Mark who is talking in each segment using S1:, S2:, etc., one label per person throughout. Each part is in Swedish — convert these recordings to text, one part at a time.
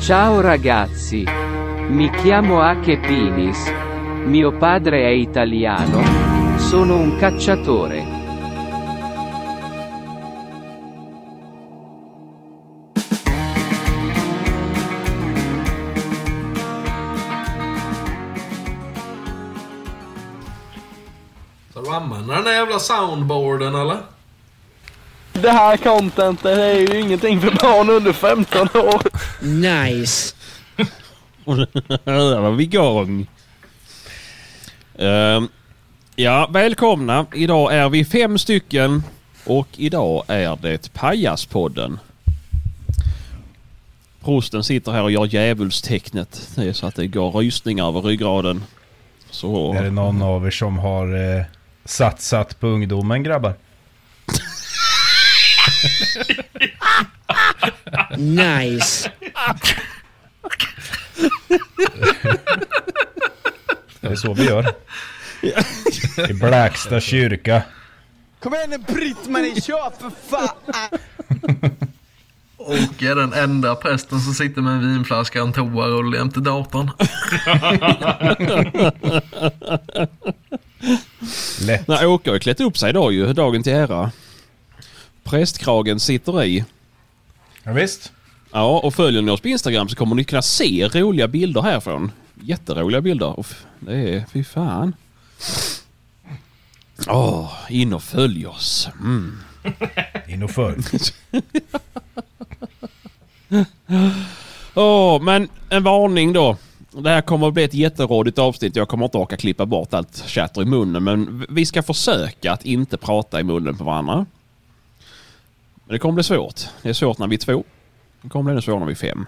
S1: Ciao ragazzi. Mi chiamo Ake Pinis. Mio padre è italiano. Sono un cacciatore.
S2: Ska du använda den där jävla soundboarden eller?
S3: Det här contentet är ju ingenting för barn under 15 år.
S4: Nice.
S5: Där var vi igång. Ehm, ja, välkomna. Idag är vi fem stycken och idag är det Pajaspodden. Prosten sitter här och gör djävulstecknet. Det är så att det går rysningar över ryggraden. Så...
S6: Är det någon av er som har eh, satsat på ungdomen grabbar?
S4: Nice.
S6: Det är så vi gör. I Blacksta kyrka.
S3: Kom igen nu Britt-Marie, kör för fan!
S2: Och är den enda prästen som sitter med en vinflaska och en toarulle jämte datorn.
S6: Lätt.
S5: Nej, Åke har ju klätt upp sig idag ju. Dagen till ära. Prästkragen sitter i.
S6: Ja, visst.
S5: Ja, och följer ni oss på Instagram så kommer ni kunna se roliga bilder härifrån. Jätteroliga bilder. Och f- det är... Fy fan. Åh, in och följ oss. Mm.
S6: In och för.
S5: Åh, men en varning då. Det här kommer att bli ett jätterådigt avsnitt. Jag kommer inte orka klippa bort allt tjatter i munnen. Men vi ska försöka att inte prata i munnen på varandra. Men det kommer bli svårt. Det är svårt när vi är två. Det kommer bli ännu svårare när vi är fem.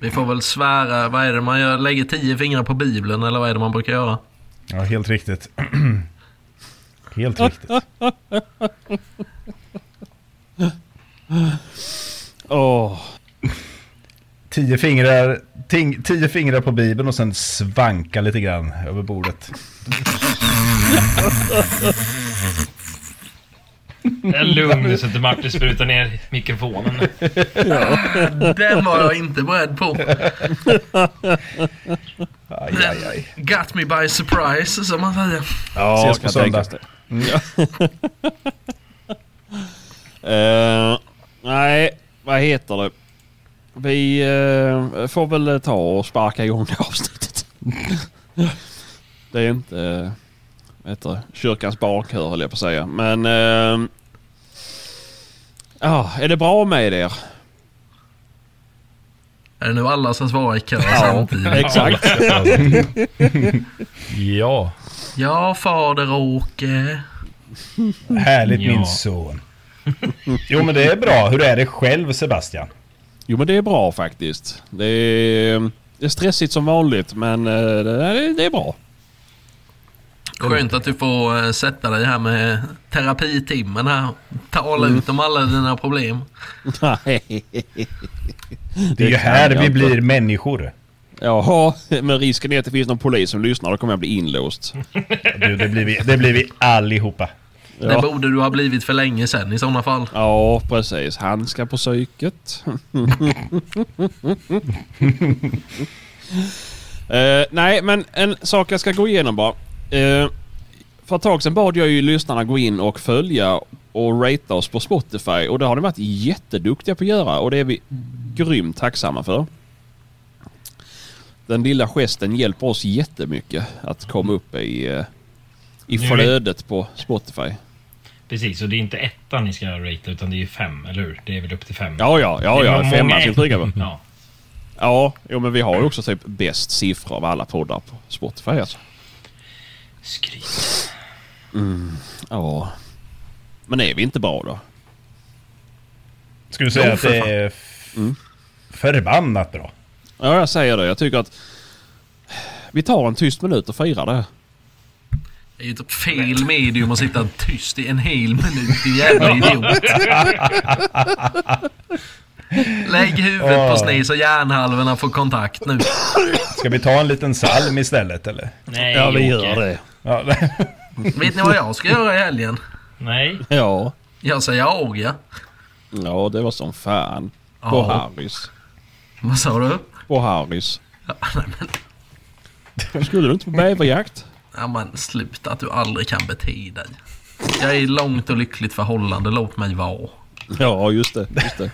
S2: Vi får väl svära, vad är det man gör? Lägger tio fingrar på bibeln eller vad är det man brukar göra?
S6: Ja, helt riktigt. Helt riktigt.
S5: Åh.
S6: Tio fingrar, ting, tio fingrar på bibeln och sen svanka lite grann över bordet.
S7: Det är lugn så att Martin sprutar ner mikrofonen.
S2: Den var jag inte beredd på.
S6: Aj, aj, aj.
S2: Got me by surprise som man säger.
S5: Ja,
S6: Ses på
S5: kan
S6: söndag. Mm.
S5: tänkas det. Eh, nej, vad heter det? Vi eh, får väl ta och sparka igång det avsnittet. det är inte eh, vad heter det? kyrkans barnkör höll jag på att säga. Men... eh, ja, är det bra med er?
S2: Är det nu alla som svarar i kör samtidigt?
S5: Exakt.
S6: Ja.
S2: Ja, fader Åke.
S6: Härligt
S7: Ja.
S6: min son. Jo men det är bra. Hur är det själv Sebastian?
S5: Jo men det är bra faktiskt. Det är, det är stressigt som vanligt men eh, det, det är bra.
S2: Skönt att du får eh, sätta dig här med terapitimmen här. Tala ut om alla dina problem.
S5: Nej.
S6: Det är
S5: kan
S6: ju
S5: jag
S6: här vi
S5: inte.
S6: blir människor.
S5: Jaha, men risken är att det finns någon polis som lyssnar. Då kommer jag bli inlåst.
S6: Du, det blir vi, det blir vi allihopa.
S2: Det
S5: Ja,
S2: borde du ha blivit för länge sedan i sådana fall.
S5: ja precis. Han ska på psyket. Eh, nej, men en sak jag ska gå igenom bara. Eh, för ett tag sedan bad jag ju lyssnarna gå in och följa och ratea oss på Spotify. Och det har de varit jätteduktiga på att göra. Och det är vi grymt tacksamma för. Den lilla gesten hjälper oss jättemycket att komma upp i, eh, i
S7: Nu är vi-
S5: flödet på Spotify.
S7: Precis, och det är inte ettan ni ska rate utan det är ju fem, eller hur? Det är väl upp till fem?
S5: Ja, ja, ja,
S7: Det är
S5: ja.
S7: många-
S5: Femman ska vi trycka på.
S7: Ja.
S5: Ja, jo, men vi har ju också typ bäst siffror av alla poddar på Spotify alltså.
S7: Skryt.
S5: Mm, Ja. Men är vi inte bra då?
S6: Ska du säga
S2: Jo,
S6: att
S2: för
S6: det
S2: fan.
S6: är f-
S2: Mm.
S6: förbannat bra?
S5: Ja, jag säger det. Jag tycker att vi tar en tyst minut och firar det.
S2: Det är ju typ fel medium att sitta tyst i en hel minut, du jävla idiot. Lägg huvudet på sned så hjärnhalvorna får kontakt nu.
S6: Ska vi ta en liten psalm istället eller?
S7: Nej,
S5: Ja, vi
S7: Åke.
S5: gör det.
S6: Ja,
S2: Vet ni vad jag ska göra i helgen?
S7: Nej.
S5: Ja.
S2: Jag säger orgia.
S5: Ja, det var som fan. På
S2: Ja.
S5: Harrys.
S2: Vad sa du?
S5: på Harrys. Skulle du inte på bäverjakt?
S2: Ja men sluta att du aldrig kan bete dig. Jag är i långt och lyckligt förhållande, låt mig vara.
S5: Ja, just det. Just det.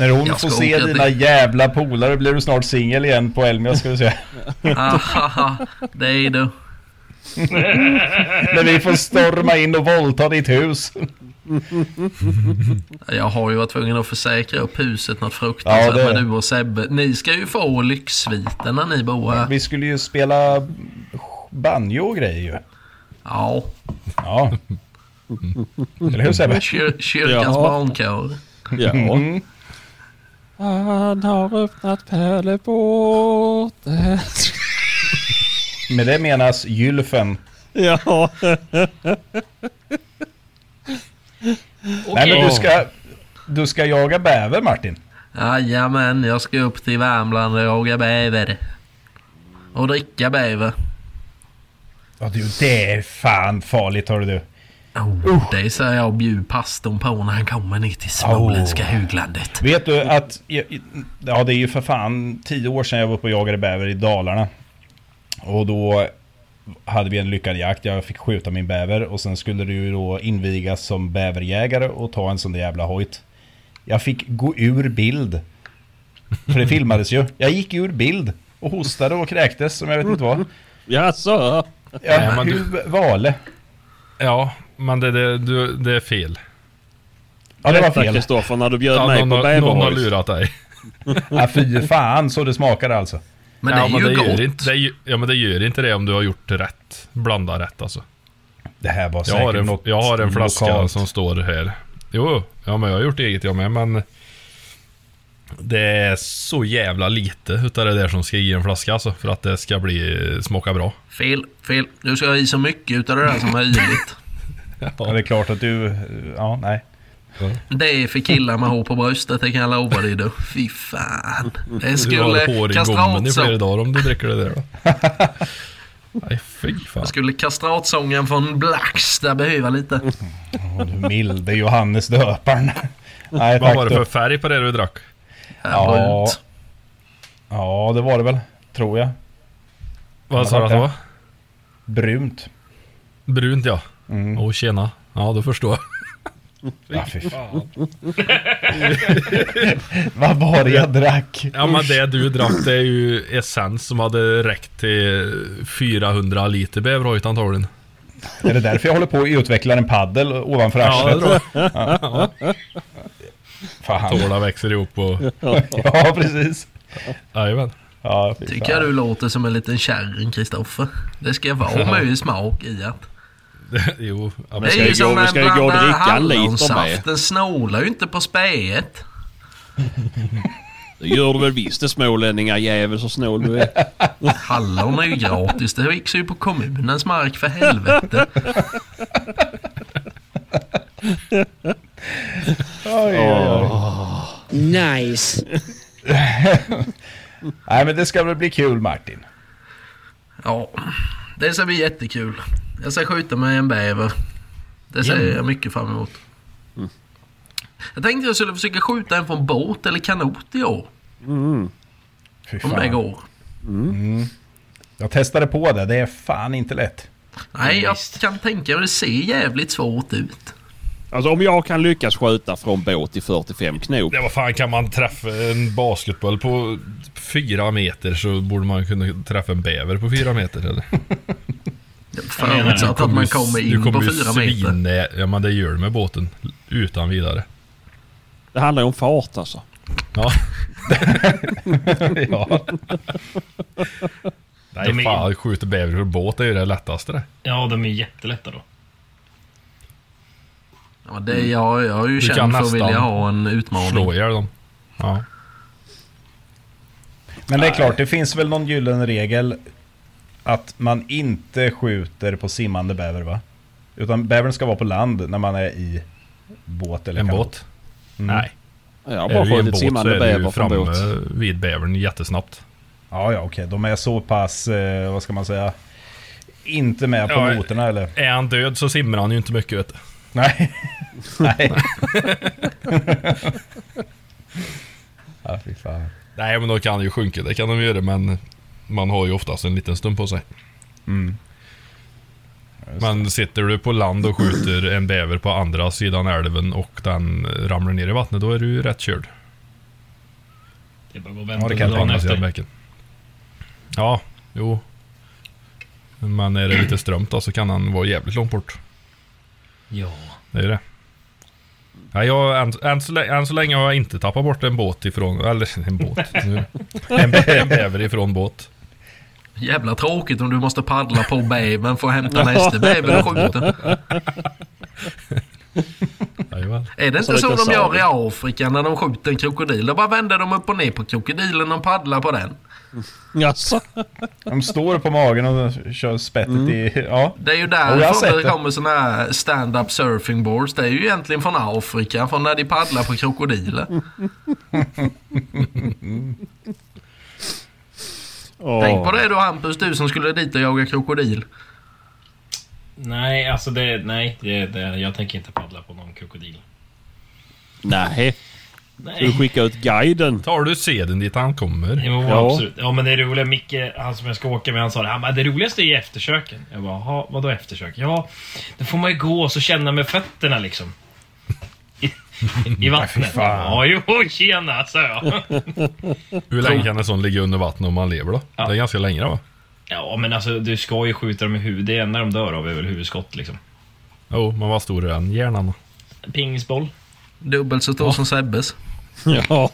S6: När hon
S2: Jag
S6: får
S2: ska
S6: se
S2: åka
S6: dina
S2: dit.
S6: jävla polare blir du snart singel igen på Elmia ska du se.
S2: Ahaha, det är du.
S6: När vi får storma in och våldta ditt hus.
S2: Jag har ju varit tvungen att försäkra upp huset något
S6: Ja,
S2: fruktansvärt
S6: det-
S2: med du och Sebbe. Ni ska ju få lyxsviten när ni bor här.
S6: Vi skulle ju spela banjo och grejer ju.
S2: Ja,
S6: Ja. Eller hur Sebbe?
S2: kyr- kyrkans
S5: Ja.
S2: barnkår.
S5: Ja. Han har öppnat pärleporten.
S6: Med det menas gylfen.
S5: Ja.
S6: Nej men du
S5: Åh.
S6: ska, du ska jaga bäver Martin.
S2: Jajamän, jag ska upp till Värmland och jaga bäver. Och dricka bäver.
S6: Ja du, det är fan farligt hörru du.
S2: Oh, Det säger jag och bjud pastorn på när han kommer ner till småländska höglandet.
S6: Vet du att, ja det är ju för fan tio år sedan jag var uppe och jagade bäver i Dalarna. Och då hade vi en lyckad jakt, jag fick skjuta min bäver och sen skulle det ju då invigas som bäverjägare och ta en sån där jävla hojt. Jag fick gå ur bild. För det filmades ju. Jag gick ur bild och hostade och kräktes som jag vet inte vad.
S5: Jaså?
S6: Ja,
S8: Nej, men du-
S6: hur vale?
S8: Ja, men det, det, du, det är fel.
S6: Ja det var
S5: Tack
S6: fel.
S5: Kristoffer när du bjöd
S8: Ja,
S5: mig
S8: någon,
S5: på
S8: har, någon har
S5: bäverhojs.
S8: lurat dig.
S6: Ja, fy fan så det smakade alltså.
S2: Men det
S8: ja,
S2: är
S8: men
S2: ju
S8: det gör
S2: gott.
S8: inte, det, gör- Ja, men det gör inte det om du har gjort rätt. Blanda rätt alltså.
S6: Det här var
S8: Jag
S6: säkert
S8: har, en,
S6: något
S8: jag har en flaska
S6: lokalt.
S8: som står här. Jo, ja, men jag har gjort eget jag med, men... Det är så jävla lite utav det där som ska i en flaska alltså, för att det ska bli, smaka bra.
S2: Fel, fel. Du ska ha i så mycket utav det där som möjligt.
S6: Ja, det är klart att du, ja nej.
S2: Det är för killar med hår på bröstet, det kan jag lova dig du. Fy fan. Det
S8: Du har
S2: skulle
S8: hår i gommen i flera
S2: kastratsång...
S8: dagar om du dricker det där då. Nej, fy fan.
S2: Skulle kastratsången från Blacks där behöva lite?
S6: Och du milde Johannes döparen. Nej,
S8: Vad
S6: tack
S8: var det
S6: då.
S8: för färg på det du drack?
S6: Ja.
S2: Brunt.
S6: Ja, det var det väl. Tror jag.
S8: Vad sa du att det var?
S6: Brunt.
S8: Brunt ja.
S2: Mm.
S8: Åh tjena. Ja, då förstår jag.
S6: Ja, fy fan. Vad var det jag drack?
S8: Ja men det du drack det är ju essens som hade räckt till 400 liter bäverhojt antagligen.
S6: Är det därför jag håller på att utveckla en paddel ovanför
S8: Ja, det
S6: arslet?
S8: tror jag.
S6: Fan.
S8: Tårna växer ihop och...
S6: Ja, precis.
S8: Jajamän.
S6: Ja, fy
S2: Tycker jag
S6: fan.
S2: du låter som en liten kärring, Kristoffer. Det ska vara mycket smak i att.
S8: Jo. Ja,
S2: Det
S8: men,
S5: ska
S2: är
S5: ju
S2: ju
S5: gå-
S2: som
S5: vi
S2: när
S5: ska ju gå och
S2: blandar
S5: dricka en liter med.
S2: hallonsaft. Den snålar ju inte på speet.
S5: Det gör du väl visst det smålänningar jävel så snål du är.
S2: Hallon är ju gratis. Det växer ju på kommunens mark för helvete.
S6: Oj, oj, oj.
S4: nice.
S6: Nej, men det ska väl bli kul, Martin.
S2: Ja, det ska bli jättekul. Jag ska skjuta mig en bäver. Det ser jag mycket fram emot.
S5: Mm.
S2: Jag tänkte jag skulle försöka skjuta en från båt eller kanot i år.
S6: Fy
S2: Om det
S6: fan.
S2: går.
S6: Jag testade på det. Det är fan inte lätt.
S2: Nej, jag kan tänka mig det ser jävligt svårt ut.
S5: Alltså om jag kan lyckas skjuta från båt i 45 knop.
S8: ja, vad fan kan man träffa en basketboll på fyra meter så borde man kunna träffa en bäver på fyra meter eller?
S2: Förutsatt att man kommer in på fyra meter.
S8: meter. Ja men det gör du med båten. Utan vidare.
S5: Det handlar ju om fart alltså.
S8: Ja.
S6: Ja.
S8: Nej
S7: De är-
S8: fan, skjuta bäver på båt det är ju det lättaste det.
S7: Ja, de är jättelätta då.
S2: Ja, det, jag, jag är ju
S8: Du kan
S2: känd för att
S8: nästan
S2: vilja ha en utmaning.
S8: Slå ihjäl dem. Ja.
S6: Men det är klart, det finns väl någon gyllene regel att man inte skjuter på simmande bäver va? Utan bävern ska vara på land när man är i båt eller
S8: En
S6: kanot.
S8: båt? Nej.
S5: Jag har
S8: Är
S5: bara
S8: du i en
S5: skjutit
S8: båt så
S5: simmande
S8: är du ju
S5: bäver från
S8: framme
S5: båt.
S8: vid bävern jättesnabbt.
S6: Ja, ja, okej. De är så pass, eh, vad ska man säga, inte med på
S8: Ja,
S6: noterna eller?
S8: Är han död så simmar han ju inte mycket vet du.
S6: Nej. Nej. ja, fy fan.
S8: Nej, men de kan ju sjunka, det kan de göra, men man har ju oftast en liten stund på sig.
S5: Mm.
S8: Men sitter du på land och skjuter en bäver på andra sidan älven och den ramlar ner i vattnet, då är du ju rätt körd.
S7: Det är bara att
S6: Ja,
S7: vänta
S6: det
S7: ja,
S6: kan jag
S7: dagen
S8: Andra sidan
S7: efter.
S8: bäcken. Ja, jo. Men är det lite strömt då, så kan han vara jävligt långt bort.
S7: Ja.
S8: Det är ju det. Ja, jag, än, än, så länge, än så länge har jag inte tappat bort en båt ifrån... Eller en båt. en, bä, en bäver ifrån båt.
S2: Jävla tråkigt om du måste paddla på bävern för att hämta nästa bäver och skjuta.
S8: Jajamän.
S2: Är det
S5: så
S2: inte så
S5: lite
S2: de gör
S5: salig.
S2: i Afrika när de skjuter en krokodil? Då bara vänder de upp och ner på krokodilen och paddlar på den.
S5: Jaså?
S6: De står på magen och kör spettet i... Ja.
S2: Det är ju
S6: Ja, jag har
S2: därifrån
S6: sett
S2: det
S6: det.
S2: kommer såna här stand-up surfing boards. Det är ju egentligen från Afrika, från när de paddlar på krokodiler. Tänk på det då Hampus, du som skulle dit och jaga krokodil.
S7: Nej, alltså det... Nej, det, det, jag tänker inte paddla på någon krokodil.
S5: Nej, du
S7: Nej.
S5: skickar ut guiden.
S8: Tar du seden dit han kommer?
S7: Jo,
S5: Ja.
S7: absolut. Ja, men det roliga, Micke, han som jag ska åka med, han sa det. Han bara, det roligaste är ju eftersöken. Jag bara, jaha, vadå eftersök? Ja, då får man ju gå och så känna med fötterna liksom. I, i vattnet.
S6: fan.
S7: Ja, jo, tjena, sa jag.
S8: Hur länge kan en sån ligga under vattnet om man lever då?
S7: Ja.
S8: Det är ganska länge va?
S7: Ja, men alltså du ska ju skjuta dem i huvudet. Det enda de dör av är väl huvudskott liksom.
S8: Jo, men vad stor är den hjärnan då?
S7: Pingisboll.
S2: Dubbelt så stor som Sebbes.
S5: Ja.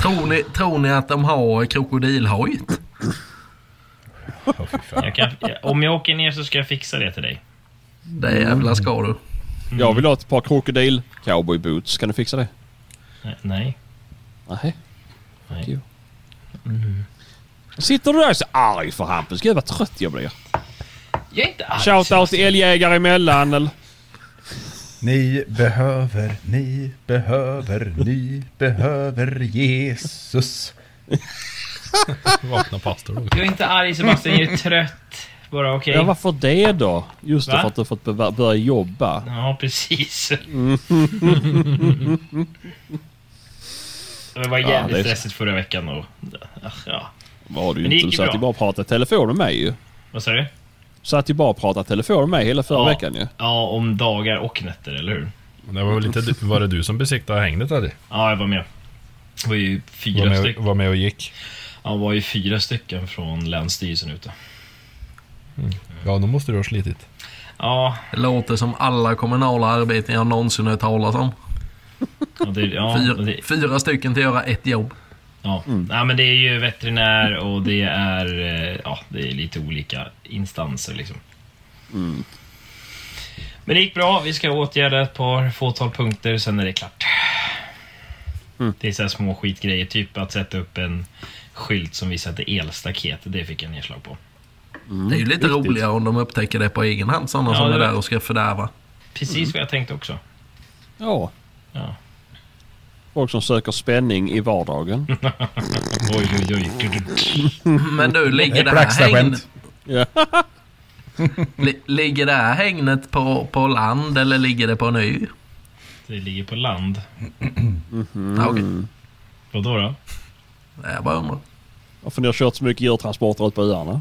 S2: Tror ni, tror ni att de har krokodilhojt?
S6: Åh, fy fan.
S7: Jag kan, om jag åker ner så ska jag fixa det till dig.
S2: Det
S6: Mm.
S2: jävla ska du.
S5: Jag vill ha ett par krokodil cowboy boots. Kan du fixa det?
S7: Nej, Nej.
S5: Nej.
S7: nej.
S5: Okej. Sitter du där och är så arg för Hampus? Gud vad trött jag blir.
S7: Jag är inte arg.
S5: Shoutout till älgjägare emellan eller?
S6: Ni behöver, ni behöver, ni behöver Jesus.
S8: Vakna pastor då.
S7: Jag är inte arg Sebastian, jag är trött. Bara okej.
S5: Ja varför det då? Just det,
S7: Va?
S5: för att du fått beva- börja jobba.
S7: Ja, precis. det var jävligt
S5: det är-
S7: stressigt förra veckan och... Ach, Ja.
S5: Var du
S7: Men
S5: inte.
S7: det gick
S5: Du
S7: ju
S5: satt
S7: bra.
S5: ju bara och pratade telefon med mig ju.
S7: Vad sa du?
S5: Satt ju bara och pratade telefon med mig hela förra
S7: Ja.
S5: veckan ju.
S7: Ja, om dagar och nätter, eller hur?
S8: Det var väl inte du, var det du som besiktade hängnet eller?
S7: Ja, jag var med. Det var ju
S8: Var
S7: fyra
S8: med,
S7: stycken.
S8: var med och gick?
S7: Ja, det var ju fyra stycken från Länsstyrelsen ute.
S8: Ja, då måste du ha slitit.
S7: Ja,
S2: Det låter som alla kommunala arbeten jag någonsin hört talas om.
S7: ja, det, ja, det,
S2: Fyra, fyra stycken till att göra ett jobb.
S7: ja. ja, men det är ju veterinär och det är, eh, ja, det är lite olika instanser liksom. Men det gick bra. Vi ska åtgärda ett par fåtal punkter, sen är det klart. Det är så här små skitgrejer, typ att sätta upp en skylt som visar att det är elstaket. Det fick jag nedslag på.
S2: det är
S6: Mm,
S2: ju lite roligare om de upptäcker det på egen hand, sådana
S7: Ja,
S2: som
S7: det
S2: är
S7: vet.
S2: där och ska fördärva.
S7: Precis vad jag tänkte också.
S5: Ja.
S7: Ja.
S5: Folk som söker spänning i vardagen.
S7: Mm. Oj, oj, oj.
S2: Men du, ligger det här hängnet,
S6: Blackstar-skämt.
S2: li, ligger det här hängnet på, på land eller ligger det på en ö?
S7: Det ligger på land.
S2: Ja, okej.
S7: Vadå då?
S2: Jag bara undrar.
S5: Varför ni har kört så mycket djurtransporter ut på öarna?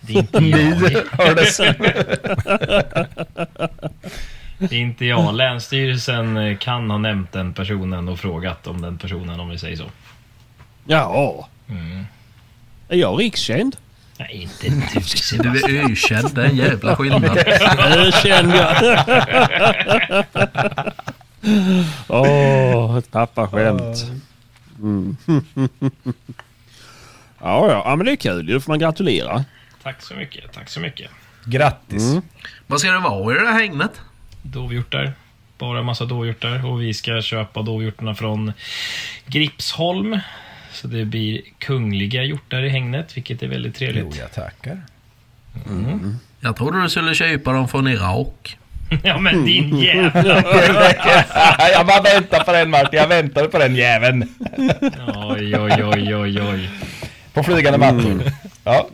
S7: Det är inte jag.
S6: Hördes.
S7: Det är inte jag. Länsstyrelsen eh, kan ha nämnt den personen och frågat om den personen om vi säger så.
S5: Ja.
S7: Mm.
S5: Är jag rikskänd?
S7: Nej, inte du
S2: Du
S7: Sebastian.
S2: är ökänd, det är en jävla skillnad.
S5: Ökänd jag. Åh, ett pappaskämt. Mm. ja, ja. ja, men det är kul. ju. Då får man gratulera.
S7: Tack så mycket, tack så mycket.
S6: Grattis.
S2: Mm. Vad ska det vara i det här hängnet?
S7: Dovhjortar. Bara massa dovhjortar och vi ska köpa dovhjortarna från Gripsholm. Så det blir kungliga hjortar i hängnet, vilket är väldigt
S6: Jo,
S7: trevligt.
S6: jag tackar.
S2: Jag trodde du skulle köpa dem från Irak.
S7: Ja men din jävla...
S6: jag bara väntar på den Martin, jag väntade på den jäveln.
S7: Oj, oj, oj, oj,
S2: Mm.
S7: oj.
S6: På flygande mattor. Ja.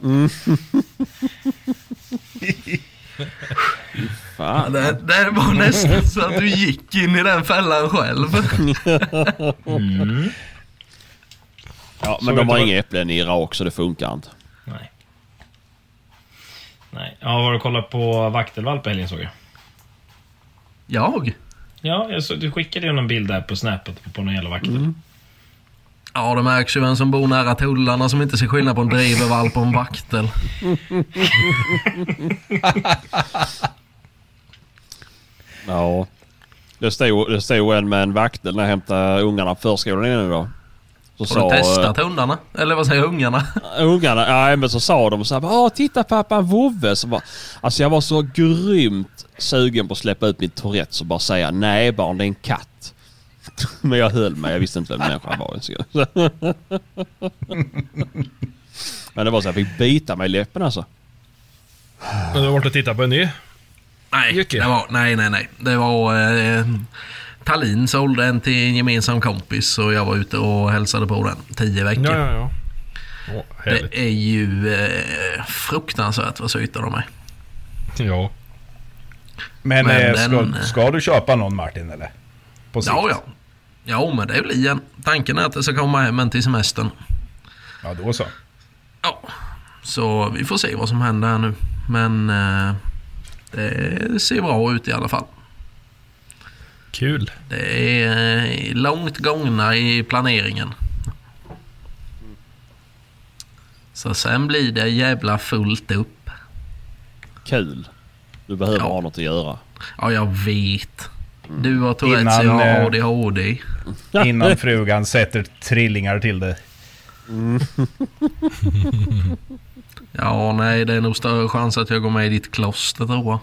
S5: fan.
S2: Det, det var nästan så att du gick in i den fällan själv.
S5: Ja,
S6: Så
S5: men de
S6: vet
S5: har
S6: du-
S5: inga äpplen i Irak så det funkar inte.
S7: Nej. Nej. Jag var och kollade på Vaktelvalp på helgen såg jag.
S2: Jag?
S7: Ja, jag såg, du skickade ju någon bild där på snapet på någon jävla vaktel.
S6: Mm.
S2: Ja, det märks ju vem som bor nära tullarna som inte ser skillnad på en drivervalp och en vaktel.
S5: Ja. Det stod, det stod en med en vaktel när jag hämtade ungarna på förskolan innan idag. Så
S2: Har du testat hundarna? Eller vad säger jag, ungarna?
S5: eh, ungarna, nej men så sa de så här, Åh, titta pappa en vovve. Så bara, alltså jag var så grymt sugen på att släppa ut min Tourettes och bara säga, nej barn det är en katt. men jag höll mig, jag visste inte vem människan var. Så- men det var så jag fick bita mig i läppen alltså.
S8: Men du har varit och tittat på en ny?
S2: Nej,
S8: Jocke.
S2: det var, nej, nej, nej. Det var... Eh, Tallin sålde en till en gemensam kompis och jag var ute och hälsade på den. Tio veckor.
S8: Ja, ja, ja. Åh, härligt.
S2: Det är ju eh, fruktansvärt vad söta de är.
S8: Ja.
S6: Men,
S2: Men
S6: eh, ska,
S2: den-
S6: ska du köpa någon Martin eller? På sikt?
S2: Ja, ja. Ja, men det blir en. Tanken är att det ska komma hem en till semestern.
S6: Ja, då så.
S2: Ja, så vi får se vad som händer här nu. Men eh, det ser bra ut i alla fall.
S8: Kul.
S2: Det är eh, långt gångna i planeringen. Så sen blir det jävla fullt upp.
S5: Kul. Du behöver
S2: Ja.
S5: ha något att göra.
S2: Ja, jag vet. Du har Tourettes,
S6: Innan,
S2: jag har
S6: eh,
S2: ADHD.
S6: Innan frugan sätter trillingar till dig.
S2: Ja, nej, det är nog större chans att jag går med i ditt kloster tror jag.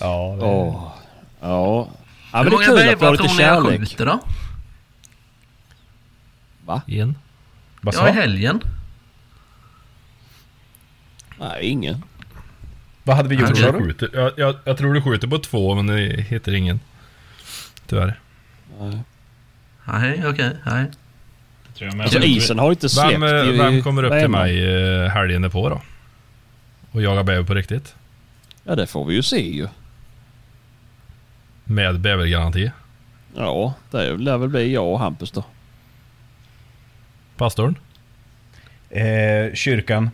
S6: Ja, det...
S5: Åh. Ja. ja men
S2: Hur
S5: det är
S2: många
S5: kul att du har
S2: bävrar
S5: lite
S2: tror ni jag
S5: kärlek.
S2: skjuter då?
S8: Igen.
S6: Vad
S2: Ja, i
S6: sa
S2: helgen.
S5: Nej, ingen.
S6: Vad hade vi gjort sa
S8: Jag,
S6: du?
S8: skjuter, jag, jag, jag tror du skjuter på två, men det hittar ingen. Tyvärr.
S2: Nej, okej, nej.
S7: Det tror jag med.
S5: Alltså isen har inte släppt.
S8: Vem,
S5: Det är
S8: eh,
S5: ju-
S8: vem kommer upp
S5: det är
S8: till
S5: någon.
S8: mig eh, helgen på då? Och jagar bäver på riktigt?
S5: Ja, det får vi ju se ju.
S8: Med bävergaranti?
S5: Ja, det lär väl bli jag och Hampus då.
S8: Pastorn?
S6: Eh, kyrkan.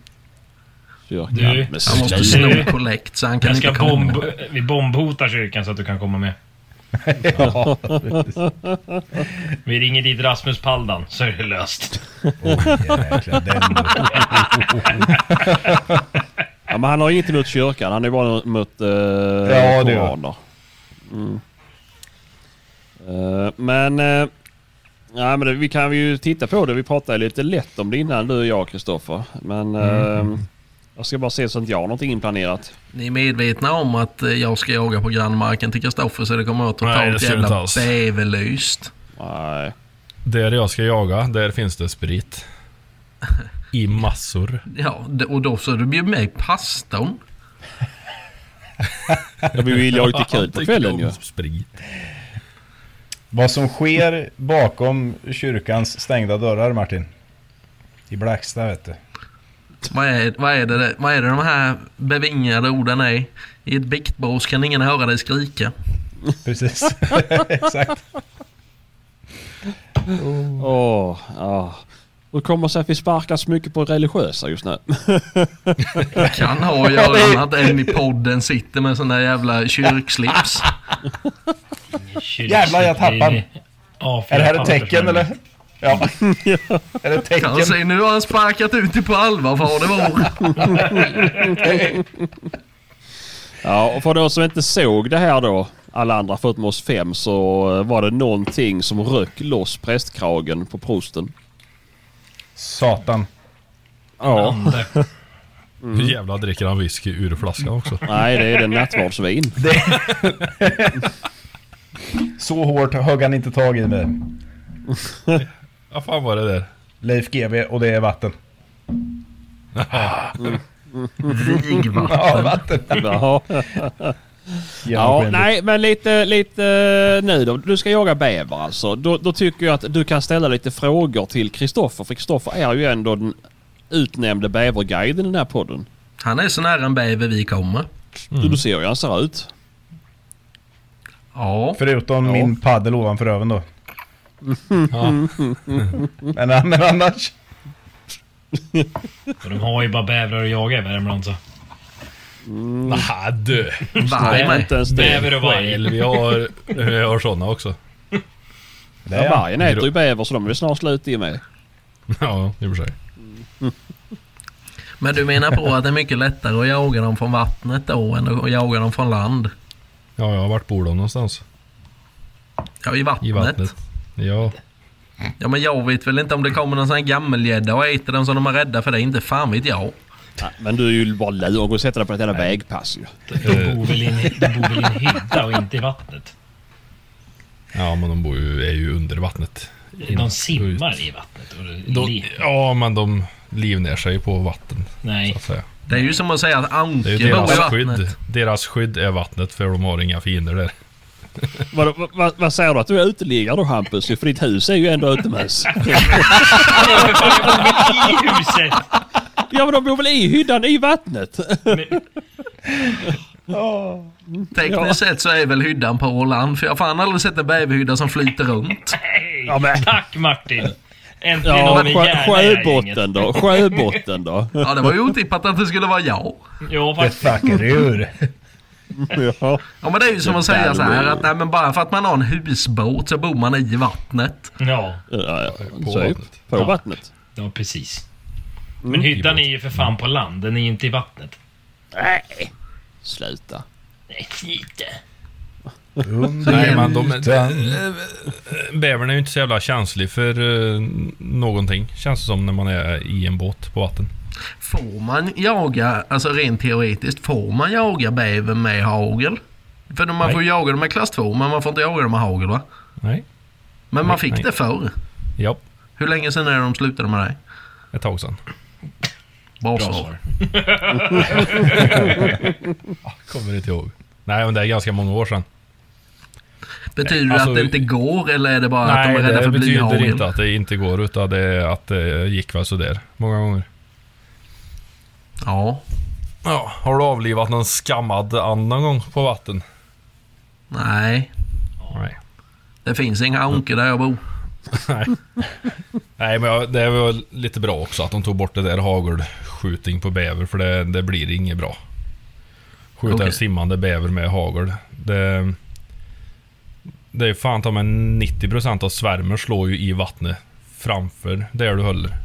S5: Kyrkan.
S7: Du,
S5: Men
S7: han
S2: Han måste
S5: sluta.
S2: sno kollekt så han kan
S7: Jag ska
S2: inte komma.
S7: bomb, vi bombhotar kyrkan så att du kan komma med.
S6: Ja.
S7: Vi ringer dit Rasmus Paldan så är det löst.
S6: Åh, jäklar, den-
S5: Ja, men han har inget emot kyrkan. Han är bara mot eh,
S6: det
S5: koraner.
S6: gör han.
S5: Mm. Eh, men... eh, nej, men det, vi kan ju titta på det. Vi pratade lite lätt om det innan du och jag Kristoffer. Men...
S6: Mm.
S5: eh, jag ska bara se så att jag har någonting inplanerat.
S2: Ni är medvetna om att eh, jag ska jaga på grannmarken till Kristoffer så det kommer att
S8: Nej, det
S2: totalt
S8: ser du inte
S2: jävla
S8: alls.
S2: bäverlyst.
S5: Nej.
S8: Där jag ska jaga, där finns det sprit. I massor.
S2: Ja, d- och då så du bjöd med pastorn.
S5: Ja, vi vill ju ha lite kul på
S8: Alltid
S5: kvällen
S8: kul
S5: ju.
S8: med Sprit.
S6: Vad som sker bakom kyrkans stängda dörrar Martin. I Blacksta vet du.
S2: Vad är, vad, är det, vad är det de här bevingade orden är? I ett biktbrås kan ingen höra dig skrika.
S6: Precis. Exakt.
S5: Åh, ja. Hur kommer det sig att vi sparkar så mycket på religiösa just nu?
S2: Kan ha att göra med att en i podden sitter med sån där jävla kyrkslips.
S6: Jävlar, jag tappar den.
S7: Ja,
S6: Är det här ett tecken eller? Ja. Är det ett
S2: Han
S6: tecken?
S2: säger nu har han sparkat ut dig på allvar för det var.
S5: Ja, och för de som inte såg det här då, alla andra förutom oss fem, så eh, var det någonting som rök loss prästkragen på prosten.
S6: Satan.
S5: Ja.
S8: Hur
S5: Mm.
S8: jävla dricker han whisky ur flaskan också?
S5: Nej, det är det nattvardsvin.
S6: Så hårt högg han inte tag i mig.
S8: Vad fan var det där?
S6: Leif GW och det är vatten.
S2: Vigva.
S6: Ja, vatten.
S5: Ja, ja nej, men lite, lite eh, nu då. Du ska jaga bäver alltså. Då, då tycker jag att du kan ställa lite frågor till Kristoffer, för Kristoffer är ju ändå den utnämnde bäverguide i den här podden.
S2: Han är så nära en bäver vi kommer.
S5: Du, du ser ju hur han ser ut.
S2: Ja.
S6: Förutom
S5: Ja.
S6: min paddel ovanför öven då.
S8: Ja.
S6: Men, men annars...
S7: Och de har ju bara bävrar att jaga i Värmland så.
S8: Nah, du.
S2: Varg med.
S5: inte ens det.
S7: Bäver och varg.
S8: Själv, vi har, vi har såna också.
S6: Det
S5: Ja,
S6: är han.
S5: vargen äter ju bäver så de är väl snart slut i med.
S8: Ja, i och för sig.
S2: Men du menar på att det är mycket lättare att jaga dem från vattnet då än att jaga dem från land?
S8: Ja, jag har varit bor de någonstans?
S2: Ja, i vattnet.
S8: I vattnet. Ja.
S2: Ja, men jag vet väl inte om det kommer någon sån här gammelgädda och äter dem så de är rädda för det. Inte fan vet jag.
S5: Nej, men du är ju bara lur. Gå och sätta dig på ett jävla vägpass ju.
S7: De bor väl i en- de bor väl i en hydda och inte i vattnet.
S8: Ja, men de bor ju, är ju under vattnet.
S7: De simmar i vattnet. Och
S8: De,
S7: leker.
S8: ja, men de livnär sig på vatten,
S7: Nej.
S8: så att säga.
S2: Det är ju som att säga att
S8: Det är
S2: Anke
S8: ju
S2: bor i
S8: deras
S2: vattnet.
S8: skydd. Deras skydd är vattnet, för de har inga fiender där.
S5: Vad, vad- vad, vad säger du att du är uteliggare då Hampus? För ditt hus är ju ändå utomhus.
S7: I huset!
S5: ja men de bor väl i hyddan i vattnet?
S7: Men,
S2: Tekniskt
S5: Ja.
S2: sett så är väl hyddan på land. För jag har fan aldrig sett en bäverhydda som flyter runt.
S7: hej!
S5: Ja, men-
S7: Tack Martin! Äntligen har
S5: Ja,
S7: vi
S5: sjö,
S7: hjärna i det här gänget.
S5: sjöbotten då. Sjöbotten då.
S2: Ja, det var ju otippat att det skulle vara jag.
S7: Ja,
S6: Det
S7: faktiskt.
S6: snackar ur.
S5: ja.
S2: Ja, men det är ju som att säga så här
S5: Battle.
S2: att nej, men bara för att man har en husbåt så bor man i vattnet.
S7: Ja,
S5: Ja, ja.
S8: På
S5: Så är det ju.
S8: vattnet.
S5: På
S7: Ja.
S5: vattnet.
S7: ja precis. Men
S8: Mm,
S7: hyddan är ju för fan på land, den är ju inte i vattnet.
S5: Sluta.
S7: Nej, inte.
S8: Nej, men de, Eh, bävern är ju inte så jävla känslig för eh, någonting, känns det som, när man är i en båt på vatten.
S2: Får man jaga, alltså rent teoretiskt, får man jaga bävern med hagel? För man får ju jaga dem med klass 2 men man får inte jaga dem med hagel va?
S8: Nej.
S2: Men man
S8: Nej,
S2: fick
S8: nej.
S2: det förr.
S8: Ja,
S2: Hur länge sedan är det de slutade med det?
S8: ett tag sedan.
S2: Bra
S7: Bra
S2: svar.
S7: svar.
S8: Kommer inte ihåg. Nej, men det är ganska många år sedan.
S2: Betyder
S8: Alltså,
S2: det att det inte går eller är det bara att de är
S8: Nej,
S2: rädda
S8: det
S2: för
S8: betyder
S2: blyhagel?
S8: inte att det inte går, utan det är att det gick väl sådär många gånger.
S2: Ja,
S8: Ja, har du avlivat någon skammad and någon gång på vatten?
S2: nej.
S8: Nej.
S2: Det finns inga anker där jag bor.
S8: Nej, men jag, det var lite bra också att de tog bort det där hagelskjuting på bäver, för det, det blir inget bra. Skjuta
S2: Okej.
S8: en simmande bäver med hagel. Det, det är fan ta mig 90% av svärmor slår ju i vattnet framför där du håller.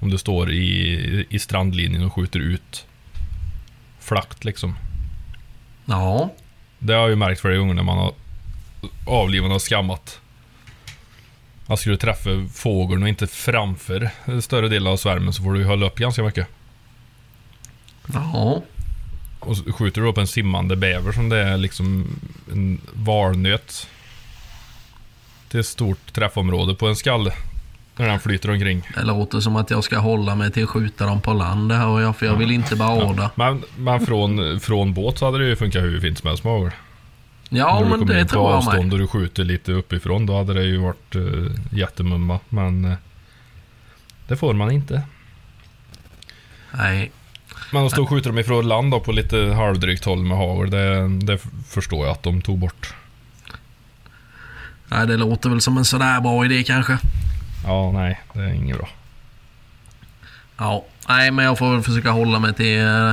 S8: Om du står i, i strandlinjen och skjuter ut flakt liksom.
S2: Ja,
S8: Det har jag ju märkt flera gånger när man har avlivat och skammat. Man skulle träffa fågeln och inte framför större delen av svärmen så får du ju hålla upp ganska mycket.
S2: ja.
S8: Och så skjuter du upp en simmande bäver som det är liksom en valnöt. Till ett stort träffområde på en skalle. När den flyter omkring.
S2: Det låter som att jag ska hålla mig till att skjuta dem på land det här och jag, för jag vill inte bada.
S8: Men, men från, från båt så hade det ju funkat hur fint som helst med hagel.
S2: Ja,
S8: När du
S2: men
S8: kommer
S2: det
S8: in på
S2: tror jag med.
S8: avstånd och du skjuter lite uppifrån då hade det ju varit uh, jättemumma. Men eh, det får man inte.
S2: Nej.
S8: Men att stå och skjuta dem ifrån land då på lite halvdrygt håll med hagel, det, det förstår jag att de tog bort.
S2: Nej, det låter väl som en sådär bra idé kanske.
S8: Ja, nej, det är inget bra.
S2: Ja, nej men jag får väl försöka hålla mig till, eh,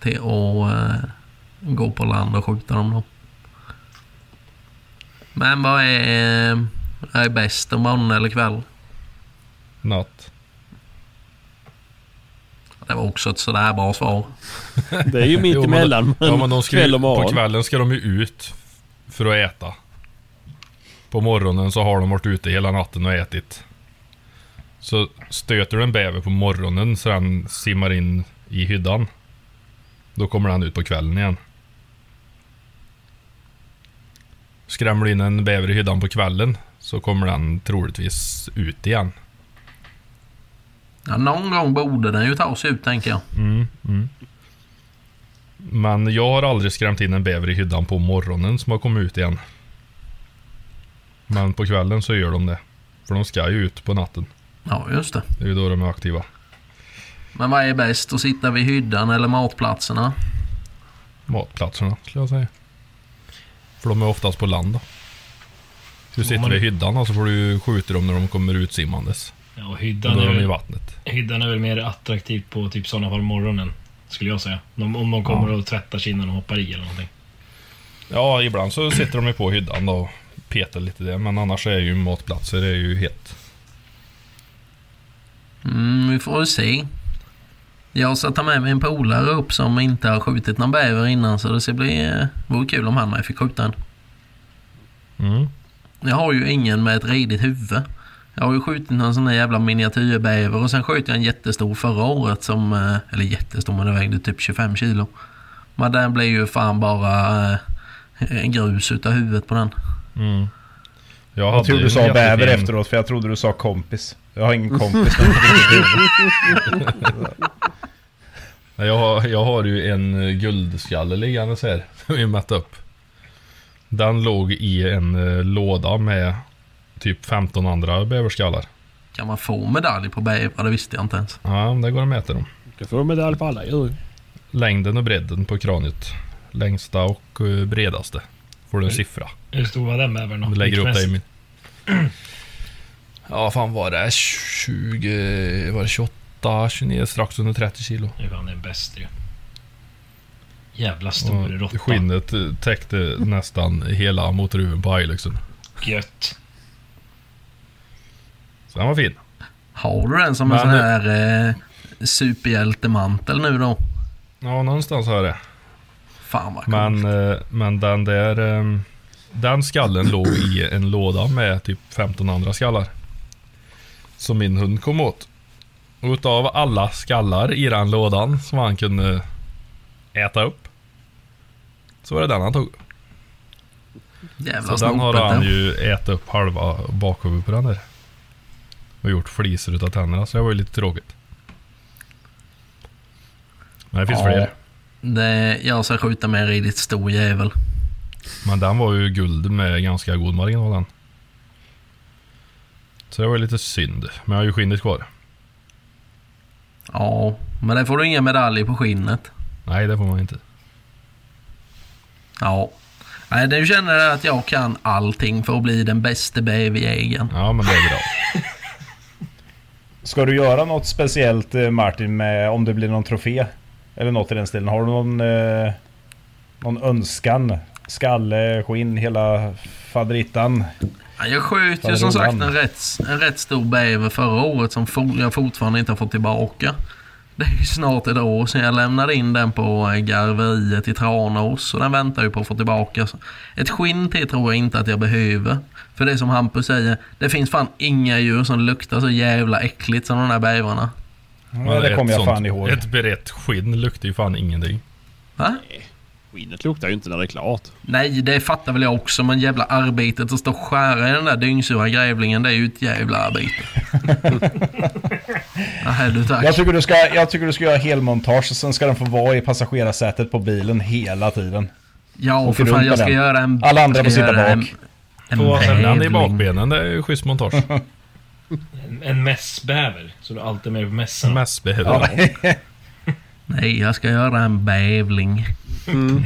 S2: till att eh, gå på land och skjuta dem då. Men vad är, eh, vad är bäst, om morgon eller kväll?
S8: Natt.
S2: Det var också ett sådär bra svar.
S5: Det är ju mitt
S8: Jo, men-
S5: emellan.
S8: Ja, men de ska ju,
S5: kväll och
S8: på
S5: morgon.
S8: kvällen ska de ju ut för att äta. På morgonen så har de varit ute hela natten och ätit. Så stöter du en bäver på morgonen så den simmar in i hyddan. Då kommer den ut på kvällen igen. Skrämmer du in en bäver i hyddan på kvällen så kommer den troligtvis ut igen.
S2: Ja, någon gång borde den ju ta sig ut tänker jag.
S8: Mm, Men jag har aldrig skrämt in en bäver i hyddan på morgonen som har kommit ut igen. Men på kvällen så gör de det. För de ska ju ut på natten.
S2: Ja, just det.
S8: Det är ju då de är aktiva.
S2: Men vad är bäst? Att sitta vid hyddan eller matplatserna?
S8: Matplatserna skulle jag säga. För de är oftast på land då. Du sitter
S7: man-
S8: vid hyddan och så får du skjuta dem när de kommer ut simmandes.
S7: Ja, och
S8: Då
S7: hyddan,
S8: är
S7: är
S8: de i
S7: väl,
S8: vattnet.
S7: hyddan är väl mer attraktivt på typ sådana fall morgonen. Skulle jag säga. De, om de kommer och tvättar sig innan de hoppar i eller någonting.
S8: Ja, ibland så sitter de ju på hyddan då och petar lite där. Men annars är ju matplatser är ju hett.
S2: Mm, vi får väl se. Jag ska ta med mig en polare upp som inte har skjutit någon bäver innan så det ska bli... eh, vore kul om han med fick skjuta en.
S8: Mm.
S2: Jag har ju ingen med ett redigt huvud. Jag har ju skjutit någon sån där jävla miniatyrbäver och sen sköt jag en jättestor förra året som... eh, Eller jättestor, men den vägde typ 25 kilo. Men den blev ju fan bara eh, en grus utav huvudet på den.
S8: Mm. Jag
S6: Jag
S8: hade
S6: tror
S8: ju
S6: du
S8: en
S6: sa bäver
S8: jättefin-
S6: efteråt för jag trodde du sa kompis. Jag har ingen kompis. men jag har ett riktigt huvud.
S8: Nej, Jag har, jag har ju en eh, guldskalle liggandes här. Som vi mätte upp. Den låg i en eh, låda med typ 15 andra bäverskallar.
S2: Kan man få medalj på bävrar? Det visste jag inte ens.
S8: Ja, men det går att mäta dem.
S5: Du får medalj på alla djur.
S8: Längden och bredden på kraniet. Längsta och eh, bredaste. Får du en siffra.
S7: Hur stor var den bävern då?
S8: Om du lägger upp dig i
S7: Viktmässigt?
S8: min... Ja, fan var det 20... Var det 28, 29, strax under 30 kilo.
S7: Det är fan den bästa ju. Jävla
S8: Och
S7: stor råtta.
S8: Skinnet eh, täckte nästan hela motorhuven på Hiluxen.
S7: Gött.
S8: Så den var fin.
S2: Har du den som en
S8: Men-
S2: sån här eh, superhjältemantel nu då?
S8: Ja, någonstans har jag det.
S2: Fan vad coolt.
S8: Men, eh, men den där... eh, Den skallen låg i en låda med typ 15 andra skallar. Som min hund kom åt. Och utav alla skallar i den lådan som han kunde äta upp. Så var det den han tog.
S2: Jävla
S8: Så den har
S2: snopet.
S8: han
S2: den.
S8: ju ätit upp halva bakhuvudet på den där. Och gjort flisor utav tänderna, så det var ju lite tråkigt. Men det finns
S2: Ja.
S8: fler.
S2: Det, jag ska skjuta med en riktigt stor jävel.
S8: Men den var ju guld med ganska god marginal den. Så det var ju lite synd. Men jag har ju skinnet kvar.
S2: Ja, men det får du inga medaljer på skinnet.
S8: Nej, det får man inte.
S2: Ja. Nej, du känner jag att jag kan allting för att bli den bästa bäverjägaren.
S8: Ja, men det är bra.
S6: Ska du göra något speciellt eh, Martin med om det blir någon trofé? Eller något i den stilen. Har du någon, eh, någon önskan? Skalle, skinn, hela faderittan.
S2: Ja, Jag sköt
S6: Vad
S2: ju
S6: är
S2: som
S6: det
S2: sagt
S6: ibland?
S2: en rätt, en rätt stor bäver förra året som for, jag fortfarande inte har fått tillbaka. Det är ju snart ett år sedan jag lämnade in den på eh, garveriet i Tranås och den väntar ju på att få tillbaka. Så Ett skinn till tror jag inte att jag behöver. För det är som Hampus säger, det finns fan inga djur som luktar så jävla äckligt som de där bävrarna.
S6: Ja, det
S8: Ett
S6: kommer jag
S8: sånt-
S6: fan ihåg.
S8: Ett berett skinn luktar ju fan ingenting.
S2: Va?
S5: Skinnet luktar ju inte när det är klart.
S2: Nej, det fattar väl jag också, men jävla arbetet att stå och skära i den där dyngsura grävlingen, det är ju ett jävla arbete. Nej, du tack.
S6: Jag tycker, du ska, jag tycker du ska göra helmontage och sen ska den få vara i passagerarsätet på bilen hela tiden.
S2: Ja,
S6: Åker
S2: för
S6: du
S2: fan,
S6: runt
S2: jag
S6: med
S2: ska
S6: den?
S2: göra en...
S6: Alla andra
S2: jag
S6: får
S2: ska
S6: sitta
S2: göra
S6: bak.
S2: En,
S7: Två
S2: en
S8: Den i
S2: bävling.
S8: bakbenen, det är ju schysst montage.
S7: En, en mässbäver. Så du är alltid med på mässan.
S8: Mässbehöver.
S2: Nej, jag ska göra en bävling.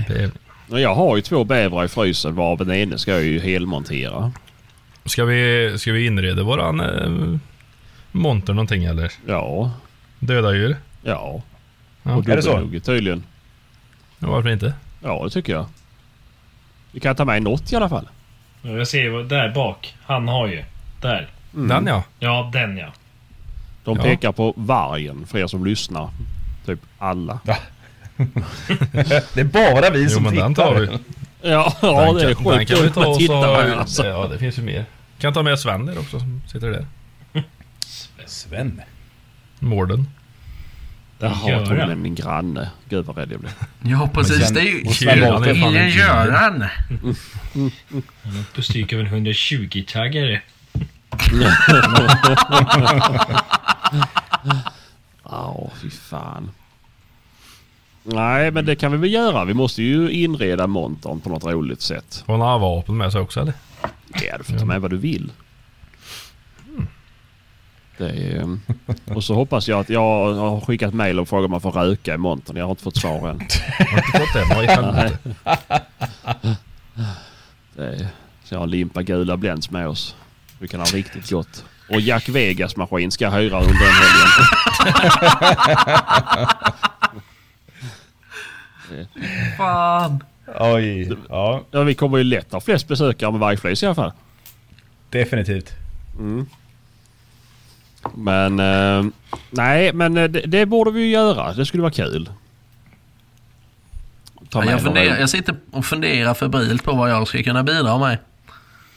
S8: Det är-
S5: Men Jag har ju två bävrar i frysen varav den ene ska jag ju helmontera.
S8: Ska vi, ska vi inreda våran eh, monter någonting eller?
S5: Ja,
S8: Döda djur?
S5: ja.
S8: Ja.
S5: Och
S6: Är det så?
S5: dubbelhugget tydligen.
S8: Ja, varför inte?
S5: Ja, det tycker jag. Vi kan ta med något i alla fall.
S7: Ja, Jag ser ju där bak. Han har ju. Där.
S6: Mm.
S8: Den ja.
S7: Ja, den ja.
S5: De
S8: Ja.
S5: pekar på vargen för er som lyssnar. Typ alla.
S6: Det är bara vi
S8: Jo
S6: som
S8: men
S6: tittar.
S8: den tar vi.
S5: Ja, ja det är
S8: kan- den
S5: sjukt
S8: kan vi
S5: kul
S8: ta
S5: med
S8: och så,
S5: tittarna alltså.
S8: Ja, det finns ju mer. Kan ta med Sven där också som sitter där.
S6: Sven.
S8: Mården.
S5: Jaha,
S7: Göran.
S5: jag trodde min granne. Gud vad rädd jag blev.
S2: Ja, precis. Det är ju...
S6: måste man
S8: Göran är fan en
S2: Killen
S8: giver.
S2: Göran.
S7: Han är på stryk av en 120-taggare.
S5: Ja, fy fan. Nej, men det kan vi väl göra. Vi måste ju inreda montern på något roligt sätt.
S8: Får han ha vapen med sig också eller?
S5: Ja, du får ta med vad du vill. Det är, ehm, och så hoppas jag att jag har skickat mejl och frågat om man får röka i montern. Jag har inte fått svar än.
S8: Har inte fått det? Vad i helvete?
S5: Det är, så jag har en limpa gula Blends med oss. Vi kan ha riktigt gott. Och Jack Vegas maskin ska jag hyra under den helgen.
S2: Fan!
S6: Oj. Ja,
S5: Ja, vi kommer ju lätt ha flest besökare med vargflis i alla fall.
S6: definitivt.
S5: Men eh, nej, men eh, det, det borde vi ju göra. Det skulle vara kul.
S2: Ja,
S5: Ta med
S2: jag,
S5: några-
S2: funderar, jag sitter och funderar febrilt på vad jag ska kunna bidra med.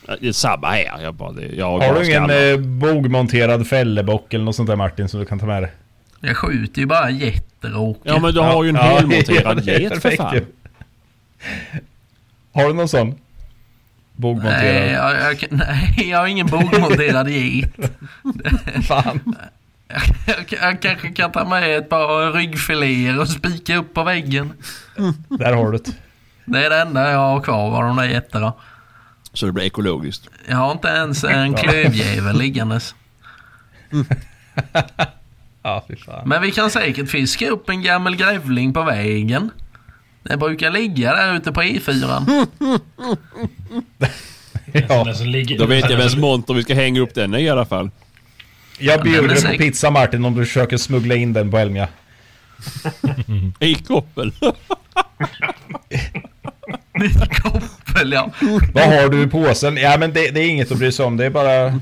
S5: Ja, eh, Det är samma här. Jag bara, det, jag
S6: Har du ingen
S5: skallar.
S6: eh, bogmonterad fällebock eller något sånt där Martin som du kan ta med dig?
S2: Jag skjuter ju bara getter och åker.
S5: Ja men du har ju en
S6: Ja,
S5: helmonterad
S6: det är
S5: get för
S6: perfekt
S5: fan.
S6: ju. Har du någon sån?
S2: nej,
S6: Bogmonterad?
S2: jag, jag, kan- nej, jag har ingen bogmonterad get.
S6: Fan.
S2: Jag, kan- jag kanske kan ta med ett par ryggfiléer och spika upp på väggen.
S6: Där har du det.
S2: Det är det enda jag har kvar av de där getterna.
S5: Så det blir ekologiskt.
S2: Jag har inte ens en klövjävel liggandes.
S6: Ja, fy fan.
S2: Men vi kan säkert fiska upp en gammal grävling på vägen. Den brukar ligga där ute på E E4.
S6: Ja.
S7: Den som ligger,
S5: Då vet jag
S7: den
S5: vems
S7: som-
S5: monter vi ska hänga upp den i i alla fall.
S6: Jag
S2: men
S6: bjuder dig
S2: säkert.
S6: på pizza Martin om du försöker smuggla in den på Elmia.
S5: I koppel.
S2: Koppel, ja.
S6: Vad
S2: Mm.
S6: har du i påsen? Ja men det, det är inget att bry sig om. Det är bara...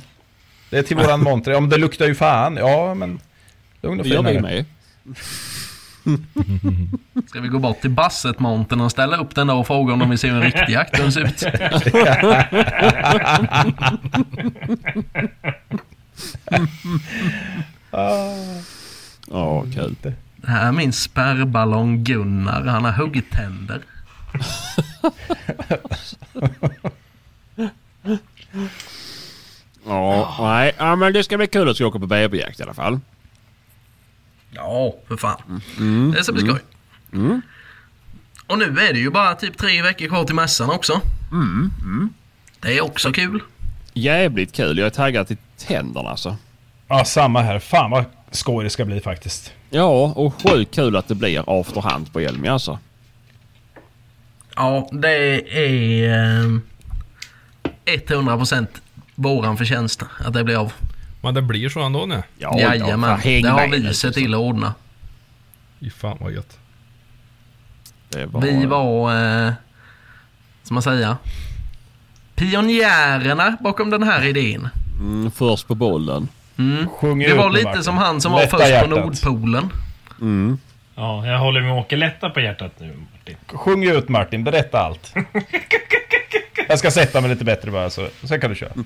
S6: Det är till
S2: Mm.
S6: våran monter. Ja men det luktar ju fan. Ja men... Lugn och
S5: Det gör
S6: fin.
S5: vi
S6: här.
S5: med.
S2: Ska vi gå bort till Bassetmonten och ställa upp den där och fråga om de vill se hur en riktig jakthund ser ut?
S5: Ja, kul.
S2: Det här är min spärrballong Gunnar. Han har huggtänder.
S5: Ja, nej. Ja, men det ska bli kul att ska åka på bäverjakt i alla fall.
S2: Ja, Mm. för fan.
S5: Mm.
S2: det ska bli skoj. Och nu är det ju bara typ tre veckor kvar till mässan också.
S5: Mm.
S2: Det är också kul.
S5: Jävligt kul. Jag är taggad till tänderna alltså.
S6: Ja samma här. Fan vad skoj det ska bli faktiskt.
S5: Ja, och sjukt kul att det blir afterhand på Elmia alltså.
S2: Ja, det är eh, 100% våran förtjänst att det blir av.
S8: Men det blir så ändå nu.
S5: Ja,
S2: Jajamän,
S5: fan, häng
S2: det har
S5: med
S2: vi
S5: nu,
S2: sett
S5: liksom.
S2: till att ordna.
S8: Fy fan vad gött.
S5: Det var,
S2: Vi var, eh, som man säger, pionjärerna bakom den här idén.
S5: mm, först på bollen.
S6: Sjung
S2: Mm. Det
S6: ut
S2: var
S6: nu,
S2: lite
S6: Martin.
S2: som han som var
S6: Lätta
S2: först
S6: hjärtat.
S2: på Nordpolen.
S7: Ja, jag håller med Åke lätta på hjärtat nu Martin.
S6: Sjung ut Martin, berätta allt. Jag ska sätta mig lite bättre bara, så sen kan du köra.
S5: Mm.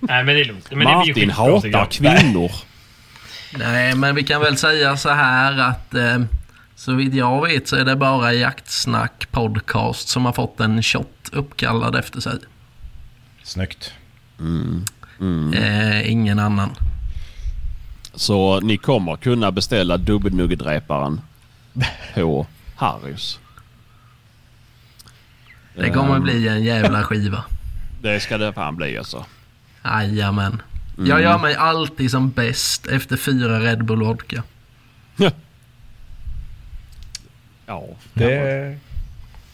S7: Nej men det är lugnt. Men det blir
S5: Martin
S7: ju skitbra, tycker
S5: hatar
S7: jag.
S5: kvinnor.
S2: Nej, men vi kan väl säga så här att eh, så vitt jag vet så är det bara Jaktsnack Podcast som har fått en shot uppkallad efter sig.
S6: Snyggt.
S2: Eh, ingen annan.
S5: Så ni kommer kunna beställa dubbelnuggedräparen på Harrys.
S2: Det kommer bli en jävla skiva.
S5: Det ska det fan bli alltså.
S2: Jajamän. Jag gör mig alltid som bäst efter fyra Red Bull Vodka.
S5: Ja.
S6: Det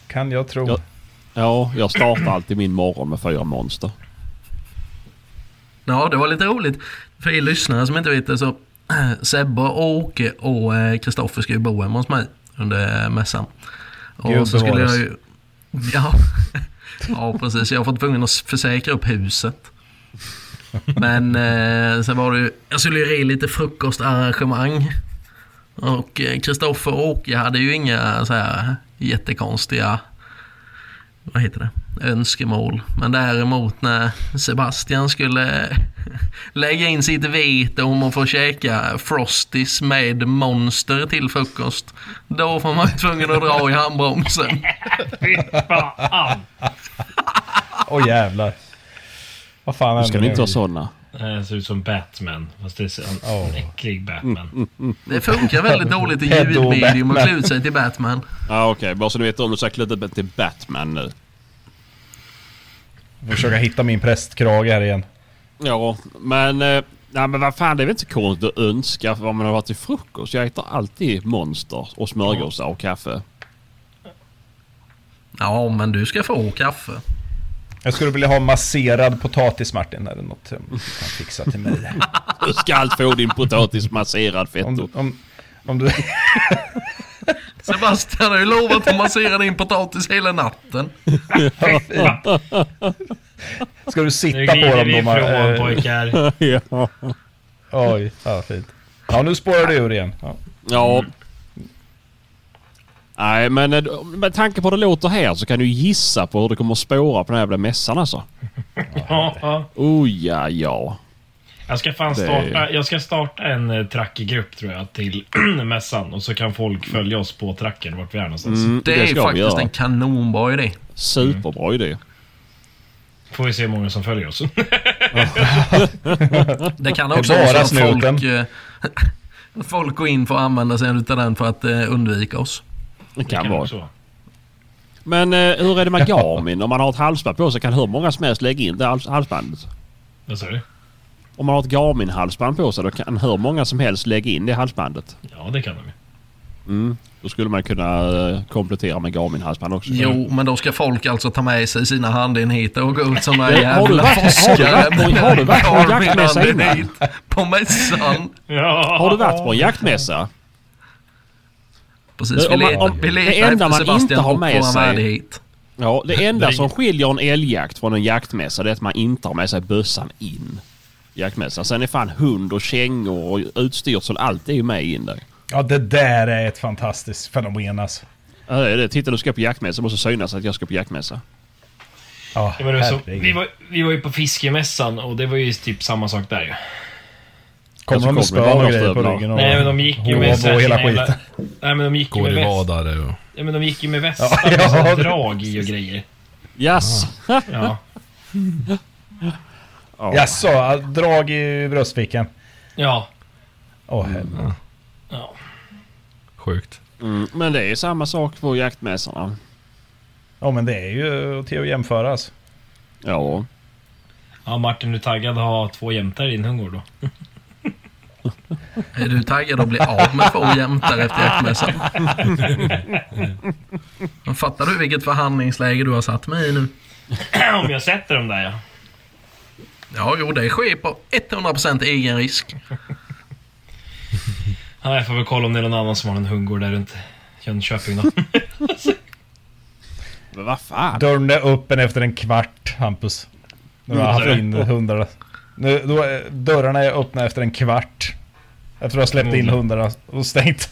S6: kan jag tro.
S5: Ja. Ja, jag startar alltid min morgon med fyra monster.
S2: Ja, det var lite roligt. För er lyssnare som inte vet det så Sebbe och Åke och eh, Kristoffer ska ju bo hemma hos mig under eh, mässan. Och
S6: Gud
S2: så skulle
S6: bevares.
S2: jag ju... Ja, ja precis. Jag har fått tvungen att försäkra upp huset. Men eh, sen var det ju... Jag skulle ju ge lite frukostarrangemang. Och eh, Kristoffer och Åke hade ju inga så här jättekonstiga vad heter det, önskemål. Men däremot när Sebastian skulle lägga in sitt vete om att få käka Frosties med Monster till frukost. Då var man ju tvungen att dra i handbromsen.
S7: Fy fan!
S6: Åh jävlar. Vad fan
S5: Nu ska
S6: hände
S5: ni
S6: nu?
S5: inte ha sådana.
S7: Det Eh, ser ut som Batman. Fast det är så- en, en äcklig
S5: Mm,
S7: Batman.
S2: Det funkar väldigt dåligt i
S6: Peddo
S2: ljudmedium att
S6: Batman.
S2: klä ut sig till Batman.
S5: Ja, okej. Bara så ni vet om du ska klä till Batman nu.
S6: Försöka hitta min prästkrage här igen.
S5: Ja, men eh, Nej men vad fan det är väl inte så konstigt att önska vad man har varit till frukost. Jag äter alltid monster och smörgåsar och kaffe.
S2: Ja, men du ska få kaffe.
S6: Jag skulle vilja ha masserad potatis Martin, eller något som du kan fixa till mig.
S5: Du ska allt få din potatis masserad
S6: Om du...
S5: fetto.
S6: Om, om du
S2: Sebastian har ju lovat att massera din potatis hela natten.
S6: ska du sitta
S7: Nu
S6: på
S7: glider
S6: dem
S7: vi
S6: de
S7: ifrån
S6: här... eh,
S7: pojkar.
S5: Ja.
S6: Oj, ja fint. Ja, nu spårar du ur igen. Ja.
S5: ja. Nej men eh, med tanke på hur det låter här så kan du gissa på hur det kommer att spåra på den här jävla mässan alltså.
S7: Ja, ja.
S5: Oh ja ja.
S7: Jag ska fan
S5: Det är-
S7: starta, jag ska starta en eh, trackgrupp tror jag till mässan och så kan folk följa oss på tracken vart vi är någonstans.
S5: Mm,
S2: Det, är faktiskt en kanonbra idé.
S5: Superbra idé.
S7: Får vi se hur många som följer oss.
S2: Det kan också
S6: bara
S2: vara så att
S6: snuten.
S2: folk, eh, folk går in för att använda sig utav den för att eh, undvika oss.
S5: Det
S7: Det
S5: kan
S7: kan
S5: vara.
S7: också vara.
S5: Men eh, hur är det med Garmin? Om man har ett halsband på sig kan hur många som helst lägga in det hals- halsbandet.
S7: Vad sa du?
S5: Om man har ett Garmin-halsband på sig då kan hur många som helst lägga in det halsbandet.
S7: Ja, det kan de ju.
S5: Då skulle man kunna eh, komplettera med Garmin-halsband också.
S2: Jo, men då ska folk alltså ta med sig sina handenheter och gå ut som några
S5: Det- har du
S2: jävla
S5: varit-
S2: forskare med
S5: har du varit på- har du varit på en
S2: Garmin
S5: jaktmässa innan?
S2: handenhet på mässan.
S7: Ja.
S5: Har du varit på en jaktmässa?
S2: Precis,
S5: Om
S2: vi,
S5: man-
S2: let,
S5: om-
S2: vi letar
S5: det enda
S2: efter
S5: man inte
S2: Sebastian
S5: har
S2: och
S5: med
S2: får han
S5: sig-
S2: med det hit.
S5: Ja, det enda som skiljer en älgjakt från en jaktmässa det är att man inte har med sig bössan in. i Jaktmässan. Sen är fan hund och kängor och utstyrsel, allt är ju med in där.
S6: ja, det där är ett fantastiskt fenomen alltså.
S5: Ja, det är det. Titta du ska på jaktmässa, det måste synas att jag ska på jaktmässa.
S6: Ja,
S7: Ja, men det var så,
S6: herregud.
S7: vi, var, vi var ju på fiskemässan och det var ju typ samma sak där ju.
S6: Kommer de med
S5: Alltså, kommer
S6: spön och
S5: det
S6: grejer på
S5: vardagsstövlar?
S6: ryggen? Och,
S7: Nej men de gick ju
S6: och-
S7: med
S6: och,
S7: så här
S6: och hela
S7: sina jävla-
S6: skiten.
S7: Nej men de gick ju
S8: Går
S7: med
S8: i
S7: väst.
S8: vadare och...
S7: Ja men de gick ju med västar
S6: Ja,
S7: med
S6: ja.
S7: sådana drag i och grejer.
S5: Yes.
S7: Ja.
S6: Jaså, drag i bröstfickan.
S7: Ja.
S6: Åh helvete.
S7: ja.
S8: Sjukt.
S5: Mm, men det är samma sak på jaktmässorna.
S6: Ja men det är ju till att jämföra alltså.
S5: Ja.
S7: Ja Martin, du är taggad att ha två jämtar i din hundgård då?
S2: Är du taggad att bli av med två jämtar efter jaktmässan? Men Fattar du vilket förhandlingsläge du har satt mig i nu?
S7: Om jag sätter dem där ja.
S2: Ja, jo, det sker på 100% egen risk.
S7: ja. Jag får väl kolla om det är någon annan som har en hundgård där runt Jönköping då.
S5: Men vad fan?
S6: Dörren är öppen efter en kvart Hampus. Nu har jag haft in hundarna. Nu, då, är- dörrarna är öppna efter en kvart. Efter att ha släppt in hundarna och stängt.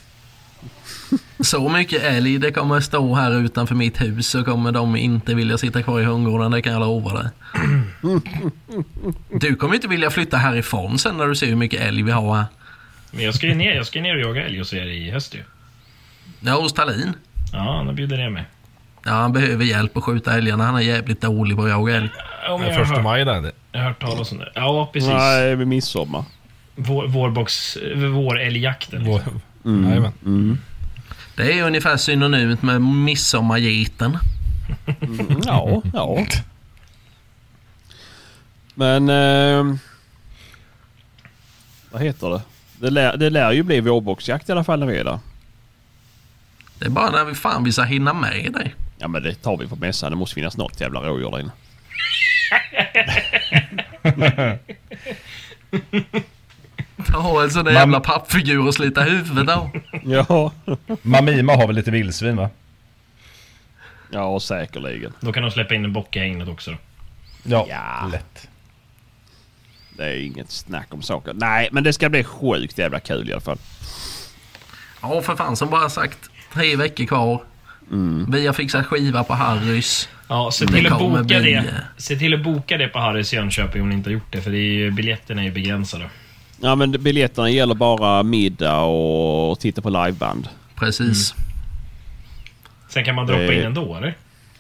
S2: Så mycket älg det kommer stå här utanför mitt hus så kommer de inte vilja sitta kvar i hundgården, det kan jag lova dig. Du kommer inte vilja flytta härifrån sen när du ser hur mycket älg vi har här.
S7: Men jag ska ju ner, jag ska ju ner och jaga älg hos er i höst ju.
S2: Ja, hos Tallin.
S7: Ja, då bjuder jag mig.
S2: Ja, han behöver hjälp att skjuta älgarna. Han är jävligt dålig på att jaga älg.
S7: Ja, men
S8: Det
S7: jag, har
S8: är första
S7: hört,
S8: maj där. det.
S7: jag har hört talas om det. Ja, precis.
S5: Nej, vid midsommar.
S7: Vår, vårbox, vårälgjakten. Liksom.
S8: Vår... Jajamän.
S2: Det är ungefär synonymt med midsommargeten.
S5: Mm, ja, ja. Men... ehm, vad heter det? Det lär, det lär ju bli vårboxjakt i alla fall när vi är där.
S2: Det är bara när vi fan vi ska hinna med dig.
S5: Ja men det tar vi på mässan. Det måste finnas något jävla rådjur där inne.
S2: Ta en sån där jävla pappfigur och slita huvudet av.
S5: Ja.
S6: Mamima har väl lite vildsvin va?
S5: Ja säkerligen.
S7: Då kan de släppa in en bock i hägnet också då.
S6: Ja,
S5: Ja.
S6: lätt.
S5: Det är inget snack om saker. Nej men det ska bli sjukt jävla kul i alla fall.
S2: Ja, för fan som bara sagt. Tre veckor kvar. Vi har fixat skiva på Harrys.
S7: Ja, se
S2: Det
S7: till att
S2: kommer
S7: boka
S2: bli- eh,
S7: det. Se till att boka det på Harrys i Jönköping om ni inte har gjort det, för det är ju, biljetterna är ju begränsade.
S5: Ja men biljetterna gäller bara middag och titta på liveband.
S2: Precis.
S8: Mm.
S7: Sen kan man droppa
S5: Det-
S7: in ändå, eller?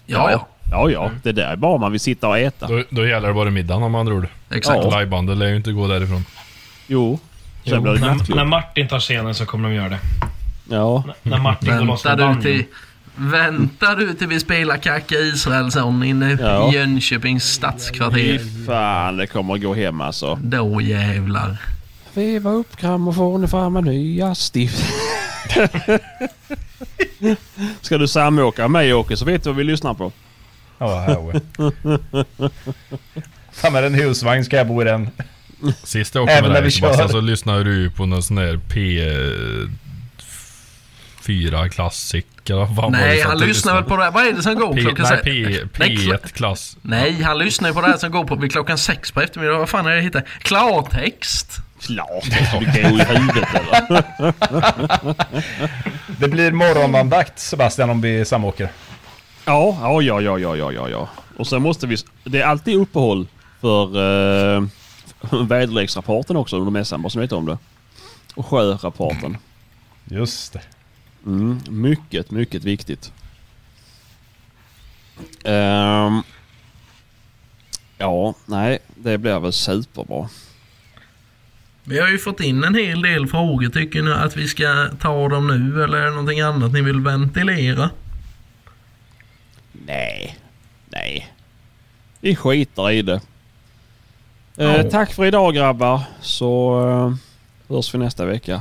S2: Ja, ja.
S5: Ja ja. Det där är bara om man vill sitta och äta.
S8: Då, då gäller det bara middagen om andra ord.
S2: Exakt.
S5: Ja.
S8: Livebandet lär ju inte gå därifrån.
S5: Jo. Sen blir det
S7: när,
S5: nattklubb.
S7: när Martin tar scenen så kommer de göra det.
S5: Ja.
S7: När Martin går loss med
S2: Väntar du
S7: banjon.
S2: till... Väntar du till vi spelar Kaka Israelsson inne i
S5: Ja.
S2: Jönköpings stadskvarter?
S5: Fan, det kommer att gå hem alltså.
S2: Då jävlar.
S5: Veva upp grammofonen fram med nya stift. Ska du samåka med mig Åke så vet du vad vi lyssnar på.
S6: Ja, herre. Fan med en husvagn ska jag bo i den.
S8: Sist jag åkte
S6: Även
S8: med
S6: när
S8: dig
S6: vi
S8: Sebastian
S6: kör.
S8: så lyssnade du på någon sån där P4 klassiker. Vad var det
S2: Nej,
S8: som
S2: han
S8: du
S2: lyssnar väl
S8: lyssnade
S2: på det här. Vad är det som går
S8: P,
S2: klockan
S8: nej,
S2: sex?
S8: P,
S2: Nej, kla-
S8: P1 klass.
S2: Nej, han lyssnar ju på det här som går på vid klockan sex på eftermiddagen. Vad fan är det jag hittar? Klartext!
S5: Klart du går i huvudet eller?
S6: Det blir morgonandakt Sebastian om vi samåker.
S5: Ja, ja, ja, ja, ja, ja, ja, ja. Och sen måste vi... Det är alltid uppehåll för eh, väderleksrapporten också under mässan, bara så ni vet om det. Och sjörapporten.
S6: Just det.
S5: Mm, mycket, mycket viktigt. Ehm, ja, nej, det blir väl superbra.
S2: Vi har ju fått in en hel del frågor. Tycker ni att vi ska ta dem nu eller är det någonting annat ni vill ventilera?
S5: Nej, nej. Vi skiter i det. Eh, Tack för idag grabbar, så eh, hörs vi nästa vecka.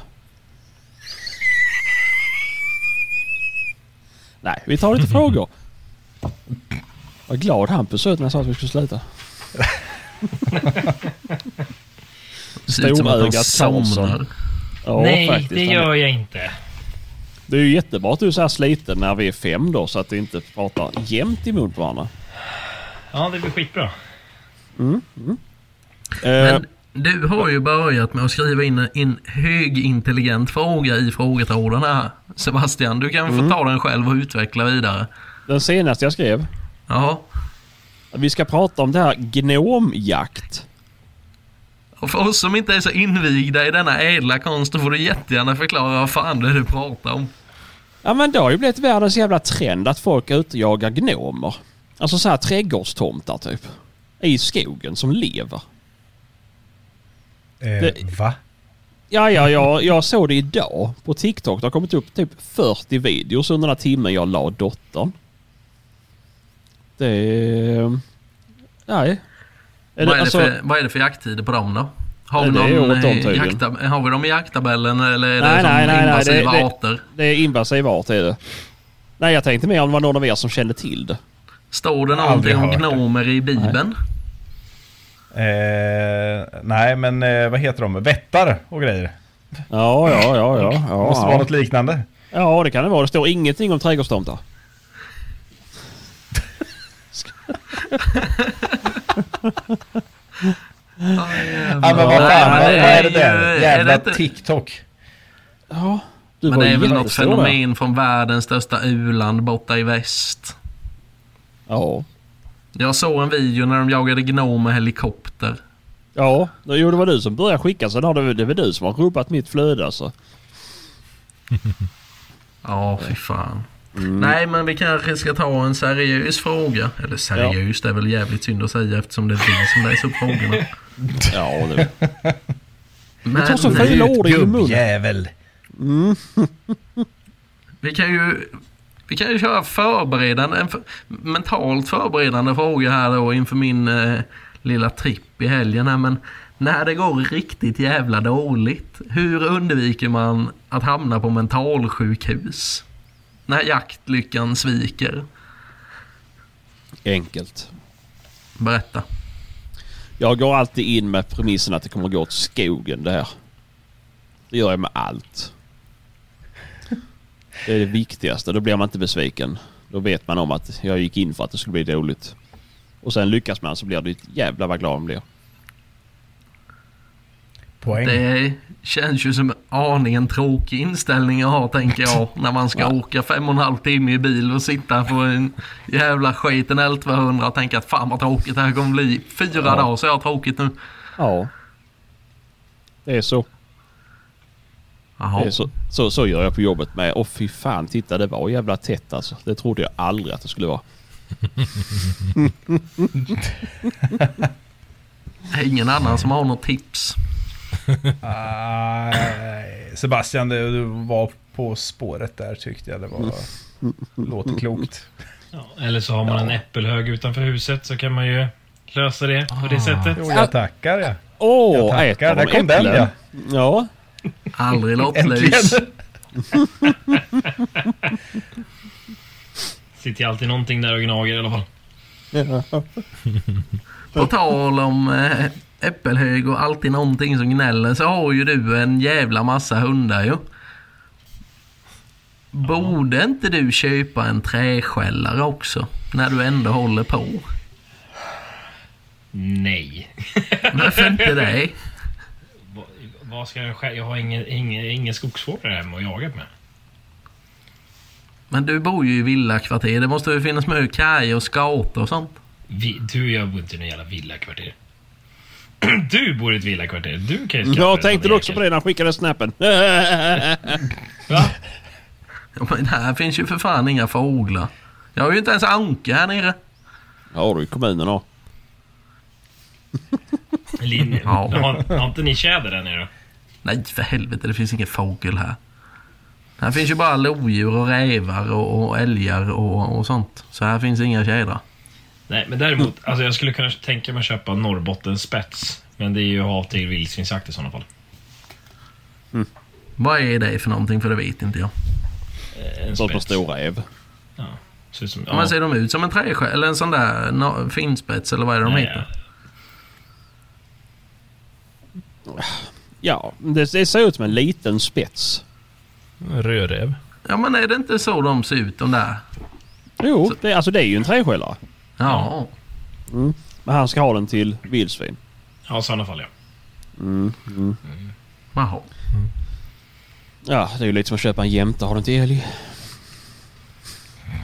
S5: Nej, vi tar lite frågor. Vad glad Hampus ut när jag sa att vi skulle sluta.
S2: Det ser ut som att han
S5: Storögat Samson.
S2: somnar.
S5: Ja,
S7: Nej, det
S5: Han-
S7: gör jag inte.
S5: Det är ju jättebra att du är så här sliten när vi är fem då så att du inte pratar jämt emot varandra.
S7: Ja, det blir skitbra.
S5: Eh,
S2: Men du har ju börjat med att skriva in en- en högintelligent fråga i frågetråden här. Sebastian, du kan
S5: Mm.
S2: få ta den själv och utveckla vidare.
S5: den senaste jag skrev.
S2: Ja,
S5: Vi ska prata om det här gnomjakt.
S2: och för oss som inte är så invigda i denna ädla konst, då får du jättegärna förklara vad fan det är du pratar om.
S5: Ja men det har ju blivit världens jävla trend att folk är ute och jagar gnomer. Alltså så här trädgårdstomtar typ. I skogen som lever.
S6: Eh,
S5: Det-
S6: Va?
S5: Ja, ja, ja, jag såg det idag på TikTok. Det har kommit upp typ 40 videos under den här timmen jag la dottern. Det är... Nej. Eller,
S2: vad, är
S5: alltså-
S2: det för, vad är det för jakttider på dem då? Har vi,
S5: Nej, det är
S2: någon,
S5: året om
S2: eh,
S5: tydligen.
S2: jaktab- har vi dem i jakttabellen eller är det
S5: Nej,
S2: som
S5: nej, nej, nej,
S2: invasiva
S5: det- det-
S2: arter?
S5: Det är invasiv art är det. Nej, jag tänkte mer om det var någon av er som kände till det.
S2: Står det
S6: har aldrig
S2: någonting om
S6: hört det.
S2: gnomer i Bibeln?
S6: Eh, nej, men eh, vad heter de? Vättar och grejer.
S5: Ja, ja, ja, ja.
S6: Det måste
S5: Ja,
S6: vara
S5: ja.
S6: något liknande.
S5: ja det kan det vara. Det står ingenting om trädgårdstomtar.
S6: Ja, men vad fan,
S2: men
S6: vad
S2: det är
S6: är det
S2: ju-
S6: där?
S2: är det
S6: Jävla
S2: inte-
S6: TikTok.
S5: Ja, du
S2: Men
S5: var
S2: det är väl något
S5: jättestor där.
S2: fenomen från världens största u-land borta i väst.
S5: Ja.
S2: Jag såg en video när de jagade gnom med helikopter.
S5: Ja, jo, det var du som började skicka. Sen har det, det var du som har rubbat mitt flöde alltså.
S2: Ja, fy fan.
S5: Mm.
S2: Nej, men vi kanske ska ta en seriös fråga. Eller seriös, det är väl jävligt synd att säga eftersom det är vi som läser upp frågorna.
S5: Ja, det...
S2: Men eh,
S5: tar så fula ord i din mun.
S6: Gubbjävel.
S2: vi kan ju... Vi kan ju köra förberedande, en för, mentalt förberedande fråga här då inför min eh, lilla tripp i helgen här. Men när det går riktigt jävla dåligt, hur undviker man att hamna på mentalsjukhus? När jaktlyckan sviker.
S5: Enkelt.
S2: Berätta.
S5: Jag går alltid in med premissen att det kommer gå åt skogen det här. Det gör jag med allt. Det är det viktigaste. Då blir man inte besviken. Då vet man om att jag gick in för att det skulle bli dåligt. Och sen lyckas man så blir det ett jävla vad glad man blir.
S6: Poäng.
S2: Det känns ju som en aningen tråkig inställning att ha tänker jag. När man ska åka fem och en halv timme i bil och sitta på en jävla skiten L200 och tänka att fan vad tråkigt det här kommer bli. Fyra dagar så jag har tråkigt nu.
S5: Ja. Det är så.
S2: Jaha.
S5: Det är så, så, så gör jag på jobbet med. Åh fy fan, titta det var jävla tätt alltså. Det trodde jag aldrig att det skulle vara.
S2: Det är Ingen annan som har något tips.
S6: Ah, Sebastian, du du var på spåret där tyckte jag. Det var
S5: Mm.
S6: Låter klokt.
S7: Ja, eller så har man en äppelhög utanför huset så kan man ju lösa det på
S2: Ah.
S7: det sättet.
S6: Jo, jag tackar ja.
S5: Åh,
S6: Jag tackar.
S5: äter de
S6: Där kom den,
S5: äpplen?
S6: ja.
S5: Ja.
S2: Aldrig lopplös.
S6: Äntligen!
S7: Sitter ju alltid någonting där och gnager i alla fall.
S2: På tal om eh, äppelhög och alltid någonting som gnäller så har ju du en jävla massa hundar ju. Borde inte du köpa en träskällare också? När du ändå håller på.
S7: Nej.
S2: Varför inte det?
S7: Va- Vad ska jag skära? Jag har ingen, ingen, ingen skogsvårdare hemma och jagat med.
S2: Men du bor ju i villakvarter. Det måste ju finnas med kajer och skator och sånt.
S7: Vi, du och jag bor inte i något jävla villakvarter. Du bor i ett villakvarter. Du kan ju skaffa
S5: Jag
S7: en sån
S5: tänkte
S7: jäkel.
S5: också på det när han skickade snappen.
S7: Va?
S2: Ja, Men här finns ju för fan inga fåglar. Jag har ju inte ens anka här nere.
S5: Ja du, kommunen har.
S7: Linje.
S2: Ja.
S7: Har, har inte ni tjäder där nere då?
S2: Nej för helvete, det finns ingen fågel här. Här finns ju bara lodjur och rävar och, och älgar och, och sånt. Så här finns inga tjädrar.
S7: Nej,
S5: Mm.
S7: men däremot. Alltså jag skulle kunna tänka mig att köpa Norrbottens spets. Men det är ju att ha till vildsvinsjakt i sådana fall.
S2: Vad är det för någonting? För det vet inte jag.
S7: En
S5: Sånt med
S7: spets.
S5: stor räv.
S7: Ser ut som,
S2: Ja. Men ser de ut som en träskäl eller en sån där no, finspets eller vad är det de
S7: Nej,
S2: heter?
S5: Ja, det, det ser ut som en liten spets.
S8: Rödräv.
S2: Ja men är det inte så de ser ut de där?
S5: Jo, det, alltså det är ju en träskällare.
S2: Ja.
S5: Men han ska ha den till vildsvin.
S7: Ja, i sådana fall ja.
S2: Jaha.
S5: Ja, det är ju lite som att köpa en jämte och ha den till älg.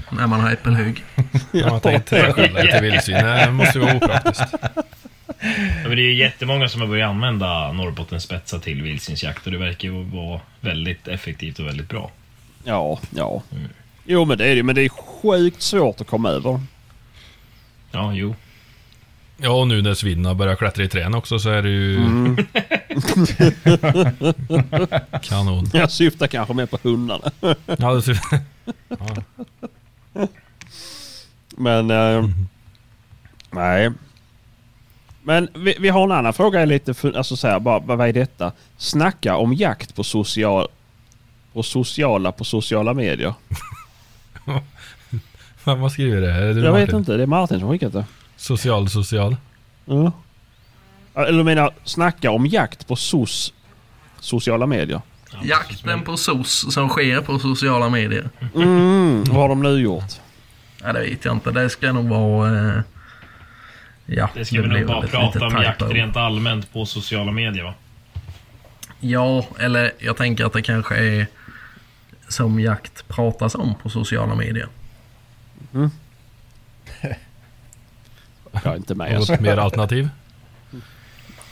S2: När man har äppelhög.
S8: Ja, jag tänkte träskällare till vildsvin. Nej, Det måste ju vara opraktiskt.
S7: Ja, Men det är ju jättemånga som har börjat använda Norrbottens spetsar till vildsvinsjakt och det verkar ju vara väldigt effektivt och väldigt bra.
S5: Ja, ja. Jo men det är det ju, men det är sjukt svårt att komma över.
S7: Ja, jo.
S8: Ja, och nu när svinna börjar klättra i träden också så är det ju...
S5: Mm.
S8: Kanon.
S5: Jag syftar kanske mer på hundarna.
S8: Ja, det ser...
S5: Men... Eh, Nej. Men vi, vi har en annan fråga. Är lite för, alltså så här, bara, bara, vad är detta? Snacka om jakt på, social, på sociala på sociala medier.
S8: Vem har skrivit det? Är det du,
S5: jag
S8: Martin?
S5: vet inte. Det är Martin som skickat det.
S8: Social, social.
S5: Ja. Eller jag menar, snacka om jakt på sos, sociala medier.
S2: Jakten på sos som sker på sociala medier.
S5: Mm, vad har de nu gjort?
S2: Ja, det vet jag inte. Det ska nog vara... Eh... Ja,
S7: Det ska vi
S2: blir
S7: nog bara
S2: väl ett
S7: prata
S2: litet
S7: om
S2: typo.
S7: jakt rent allmänt på sociala medier va?
S2: Ja, eller jag tänker att det kanske är som jakt pratas om på sociala medier.
S5: Jag är inte med. Alltså.
S8: Något mer alternativ?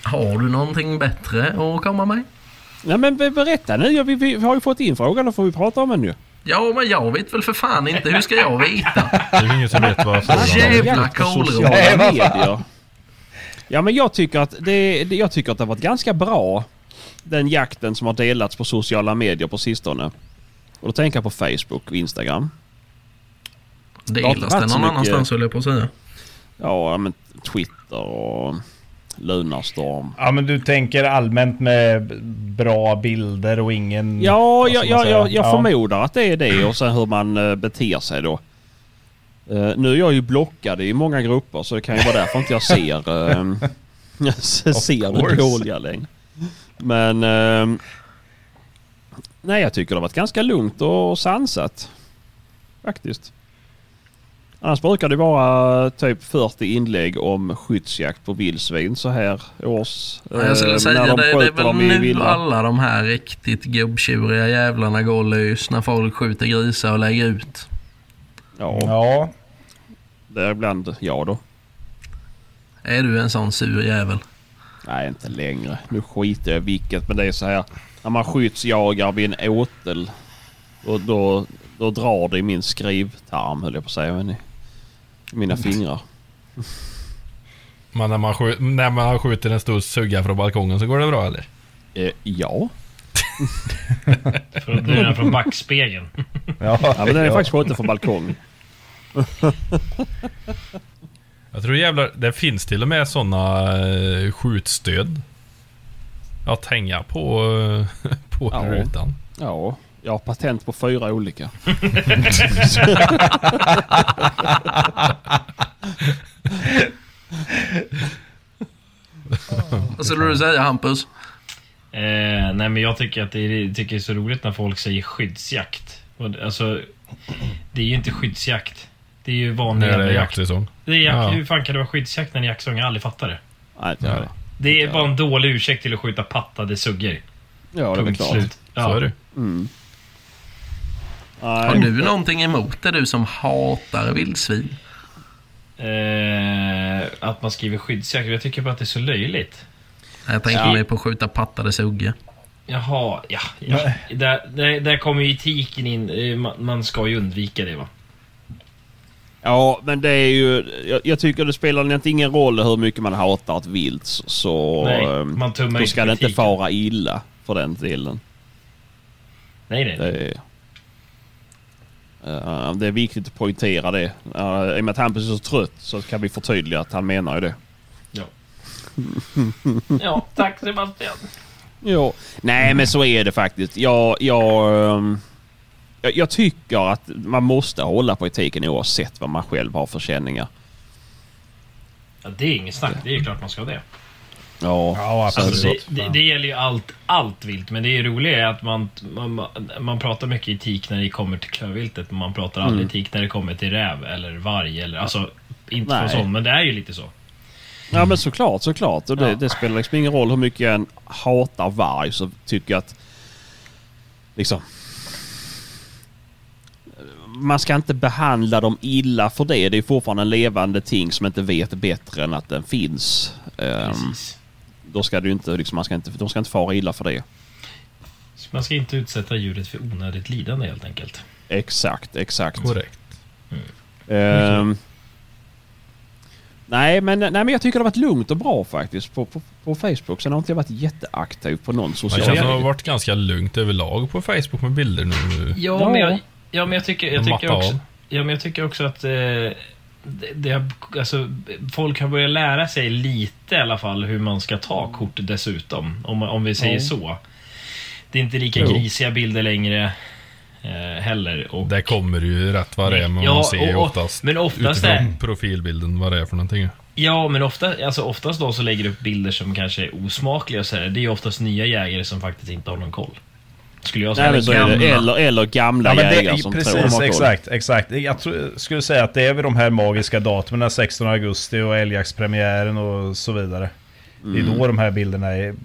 S2: Har du någonting bättre att komma med?
S5: Nej men be- berätta nu. Ja, vi, vi, vi har ju fått in frågan. Då får vi prata om den ju.
S2: Ja, men jag vet väl för fan inte. Hur ska jag veta?
S8: Det är ju ingen som vet vad frågan
S2: Jävla
S8: är.
S5: Jakt på
S2: kolero.
S5: sociala
S6: Nej, vad fan.
S5: medier. Ja men jag tycker att det, det, jag tycker att det har varit ganska bra. Den jakten som har delats på sociala medier på sistone. Och då tänker jag på Facebook och Instagram. har inte
S2: Delas
S5: varit
S2: det
S5: så
S2: någon
S5: mycket-
S2: annanstans höll jag på att säga.
S5: Ja men Twitter och Lunarstorm.
S6: Ja men du tänker allmänt med b- bra bilder och ingen...
S5: Ja,
S6: Mm. vad ska
S5: jag,
S6: man
S5: jag,
S6: säga?
S5: jag, jag förmodar att det är det och sen hur man eh, beter sig då. Eh, nu är jag ju blockad i många grupper så det kan ju vara därför inte jag ser, uh, jag ser det
S6: course.
S5: dåliga längre. Men... eh, nej, jag tycker det har varit ganska lugnt och sansat. Faktiskt. Annars brukar det vara typ 40 inlägg om skyddsjakt på vildsvin så här års.
S2: Ja, jag skulle
S5: eh,
S2: säga det, det är
S5: skjuter
S2: väl
S5: dem i
S2: nu
S5: villan.
S2: alla de här riktigt gubbtjuriga jävlarna går lös när folk skjuter grisar och lägger ut.
S5: Ja,
S6: Ja.
S5: däribland jag då.
S2: Är du en sån sur jävel?
S5: Nej, inte längre. Nu skiter jag i vilket, men det är så här. När man skyddsjagar vid en åtel, och då, då drar det i min skrivtarm, höll jag på att säga. Men i i mina fingrar.
S8: Men när man, skjuter, när man skjuter en stor sugga från balkongen så går det bra eller?
S5: Eh, ja.
S7: För att dra den från backspegeln.
S5: Ja, men den är faktiskt skjuten från balkongen.
S8: Jag tror jävlar, det finns till och med såna eh, skjutstöd. Att hänga på, eh, på
S5: Ja.
S8: rutan.
S5: Ja, jag har patent på fyra olika.
S2: Vad skulle du säga Hampus?
S7: Eh, nej men jag tycker att det är, tycker det är så roligt när folk säger skyddsjakt. Och, det- alltså, det är ju inte skyddsjakt. Det är ju vanlig
S8: När det
S7: jävla
S8: är
S7: jakt.
S8: jaktsäsong.
S7: Det är jakt.
S8: Ja.
S7: Hur fan kan det vara skyddsjakt när det är jaktsång? Jag har aldrig fattat det.
S5: Nej, det är det.
S7: Det är bara en dålig ursäkt till att skjuta pattade suggor.
S5: Ja, det är väl
S7: Punkt
S5: klart.
S7: slut.
S8: Så är det
S2: Har
S5: Nej,
S2: du någonting emot det du som hatar vildsvin?
S7: Eh, att man skriver skyddsjakt. Jag tycker bara att det är så löjligt.
S2: Jag tänker
S5: Ja.
S2: mer på att skjuta pattade sugge.
S7: Jaha, ja. ja. Där, där, där kommer ju etiken in. Eh, Man, man ska ju undvika det va?
S5: ja, men det är ju... Jag, jag tycker det spelar egentligen ingen roll hur mycket man hatar ett vilt. Så...
S7: Nej,
S5: ehm,
S7: man tummar
S5: då
S7: inte
S5: ska det inte
S7: etiken.
S5: fara illa för den delen.
S7: Nej, nej.
S5: Det är, Eh, det är viktigt att poängtera det. Eh, I och med att Hampus är så trött så kan vi förtydliga att han menar ju det.
S7: Ja. ja, tack Sebastian.
S5: Ja. Nej, men så är det faktiskt. Jag, jag, ehm, jag, jag tycker att man måste hålla på etiken oavsett vad man själv har för känningar.
S7: Ja, det är inget snack. Det är ju klart man ska det.
S5: Ja,
S6: Ja,
S7: Alltså, det,
S6: absolut.
S7: det, det gäller ju allt, allt vilt, men det är roliga är att man, man, man pratar mycket etik när det kommer till klövviltet, men man pratar aldrig etik när det kommer till räv eller varg. Eller, alltså, inte för
S5: Nej.
S7: sånt, men det är ju lite så.
S5: ja men såklart, såklart. Och det,
S7: Ja.
S5: det spelar liksom ingen roll hur mycket jag än hatar varg så tycker jag att... Liksom... Man ska inte behandla dem illa för det. Det är fortfarande en levande ting som inte vet bättre än att den finns. Ehm,
S7: Precis.
S5: då ska du inte, liksom, man ska inte, de ska inte fara illa för det.
S7: Så Man ska inte utsätta djuret för onödigt lidande helt enkelt.
S5: Exakt, exakt.
S8: Korrekt.
S5: Ehm, nej, men, nej, men jag tycker det har varit lugnt och bra faktiskt på, på, på Facebook. Sen har inte jag varit jätteaktiv på någon
S8: Det känns som
S5: social
S8: att det har
S5: media.
S8: varit ganska lugnt överlag på Facebook med bilder nu.
S7: Ja,
S5: Ja.
S7: men jag, ja, men jag tycker, jag
S8: Men
S7: tycker
S8: matta
S7: också...
S8: av.
S7: Ja, men jag tycker också att eh, det, det, har- alltså, folk har börjat lära sig lite i alla fall hur man ska ta kort dessutom, om, om vi säger så. Det är inte lika grisiga bilder längre eh, heller. Och,
S8: Det kommer ju rätt vad det är, men
S7: Ja,
S8: man ser ju
S7: och- och-
S8: oftast,
S7: men oftast
S8: utifrån
S7: är-
S8: profilbilden vad det är för någonting.
S7: Ja, men ofta, alltså, oftast de som lägger upp bilder som kanske är osmakliga och så här, det är ju oftast nya jägare som faktiskt inte har någon koll. Skulle jag säga.
S5: Nej, men så är
S7: Gamla.
S5: det. Eller, eller gamla
S6: Ja, men
S5: jägare
S6: det,
S5: som tror de
S6: precis,
S5: har koll.
S6: exakt, exakt. Jag tror, skulle säga att det är vid de här magiska datumen, 16 augusti och älgjaktspremiären och så vidare.
S5: Mm.
S6: Det är då de här bilderna är,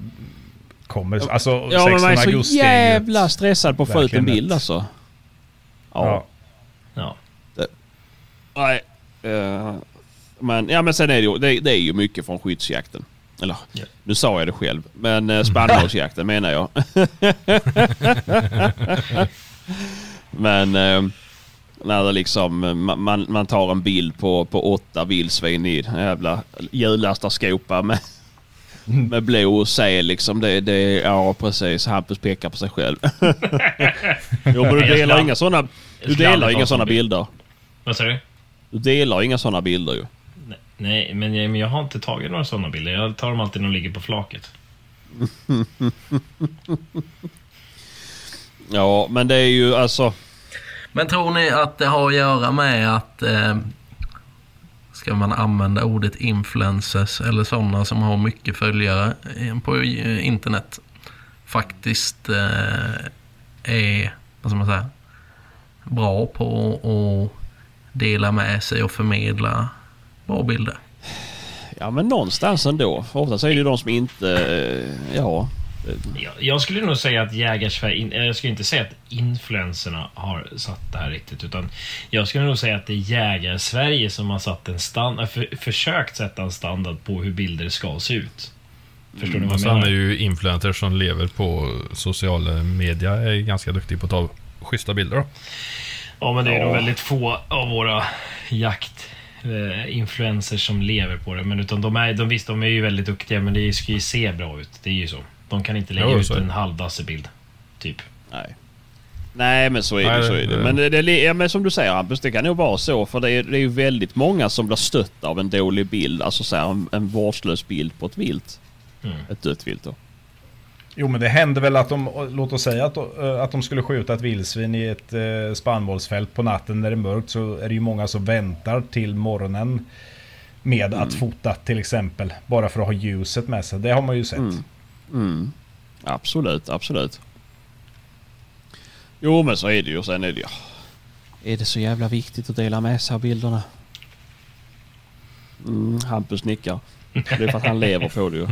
S6: kommer. Alltså,
S5: Ja, men
S6: 16
S5: man är så
S6: augusti är ju ett-
S5: jävla stressad på att få ut en
S6: verkligen
S5: bild
S6: ett-
S5: alltså. Ja.
S6: Ja.
S7: Ja.
S5: Nej. eh, men, ja, men sen är det, ju, det, det är ju mycket från skyddsjakten. Eller,
S7: Ja.
S5: nu sa jag det själv. Men eh, spannmålsjakten menar jag. men eh, när det liksom, eh, man, man, man tar en bild på, på åtta vildsvin i en jävla hjulllastarskopa med,
S7: Mm.
S5: med blod och säl liksom. Det, det, ja precis, Hampus pekar på sig själv. jo men du
S7: Jag
S5: delar
S7: ska-
S5: inga sådana du
S7: ska aldrig
S5: delar
S7: ta
S5: inga
S7: en
S5: sådana
S7: sån bild.
S5: bilder.
S7: Vad sa du?
S5: Du delar inga sådana bilder ju.
S7: Nej, men jag, men jag har inte tagit några sådana bilder. Jag tar dem alltid när de ligger på flaket.
S5: Ja, men det är ju alltså...
S2: Men tror ni att det har att göra med att eh, ska man använda ordet influencers eller sådana som har mycket följare eh, på eh, internet faktiskt eh, är, vad ska man säga, bra på att dela med sig och förmedla bra bilder?
S5: Ja, men någonstans ändå. För Ofta så är det ju de som inte... eh, Ja.
S7: Jag, jag skulle nog säga att Jägarsverige... in- eh, Jag skulle inte säga att influenserna har satt det här riktigt. Utan jag skulle nog säga att det är Jägarsverige som har satt en standard, för, försökt sätta en standard på hur bilder ska se ut. Förstår ni
S8: Och
S7: vad jag
S8: Mm, sen är
S7: menar?
S8: ju influencers som lever på sociala media är ganska duktiga på att ta schyssta bilder då.
S7: Ja, men det är nog väldigt få av våra jakt eh, influencers som lever på det. Men utan de är, de, visst, de är ju väldigt duktiga, men det ska ju se bra ut. Det är ju så. De kan inte lägga
S8: Jo,
S7: ut
S8: så är det.
S7: en halvdassig bild. typ.
S5: Nej. Nej men så är det.
S8: Nej,
S5: så är det.
S8: nej.
S5: Men, det, det, li- ja, men som du säger Hampus, det kan nog vara så. För det är, det är ju väldigt många som blir stötta av en dålig bild. Alltså så här, en, en vårdslös bild på ett vilt. Ett dött vilt då.
S6: Jo men det hände väl att de, låt oss säga att, eh, att de skulle skjuta ett vildsvin i ett eh, spannmålsfält på natten när det är mörkt så är det ju många som väntar till morgonen med
S5: Mm.
S6: att fota till exempel. Bara för att ha ljuset med sig. Det har man ju sett.
S5: Mm. Absolut, absolut. Jo men så är det ju. Och Sen är det ju... Är det så jävla viktigt att dela med sig av bilderna? Mm, Hampus nickar. Det är för att han lever på det ju.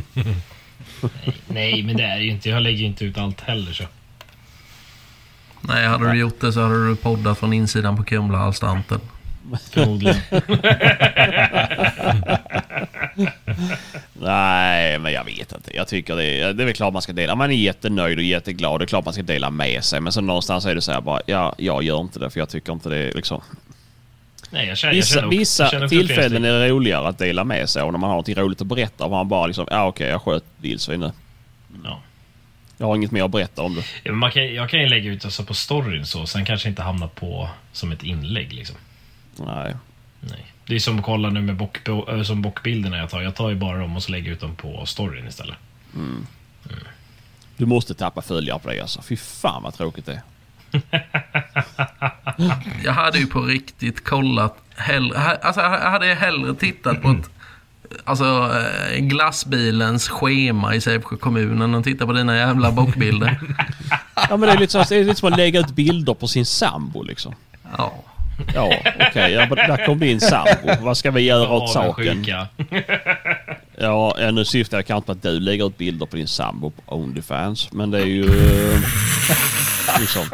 S7: Nej, men det är ju inte. Jag lägger ju inte ut allt heller så.
S2: Nej, hade du gjort det så hade du poddat från insidan på Kumlaanstalten.
S7: Förmodligen.
S5: Nej, men jag vet inte. Jag tycker det, det är väl klart man ska dela. Man är jättenöjd och jätteglad. Det är klart man ska dela med sig. Men sen någonstans är det så här bara, ja, jag gör inte det för jag tycker inte det är liksom.
S7: Nej, jag känner, jag
S5: Vissa,
S7: känner, också- jag känner
S5: vissa
S7: också flera
S5: tillfällen
S7: stycken.
S5: är det roligare att dela med sig och när man har någonting roligt att berätta. Och man bara liksom, ja okej, jag sköt vildsvin nu.
S7: Ja.
S5: Jag har inget mer att berätta om det.
S7: Ja, men Man kan, jag kan ju lägga ut alltså på storyn så, sen kanske inte hamna på som ett inlägg liksom.
S5: Nej.
S7: Nej. Det är som att kolla nu med bock, ö, som bockbilderna jag tar. Jag tar ju bara dem och så lägger jag ut dem på storyn istället.
S5: Du måste tappa följare på dig alltså. Fy fan vad tråkigt det är.
S2: Jag hade ju på riktigt kollat hellre, ha- alltså jag hade ju hellre tittat på ett, alltså eh, glassbilens schema i Sävsjö kommun än att titta på dina jävla bockbilder.
S5: Ja men det är lite, så, det är lite som att lägga ut bilder på sin sambo liksom.
S2: Ja.
S5: Ja, okej, ja, men där kom din sambo. Vad ska vi göra åt saken?
S7: Avundsjuka.
S6: Mm.
S5: Ja, ja, nu syftar jag kanske inte på att du lägger ut bilder på din sambo på Onlyfans. Men det är ju... eh, liksom,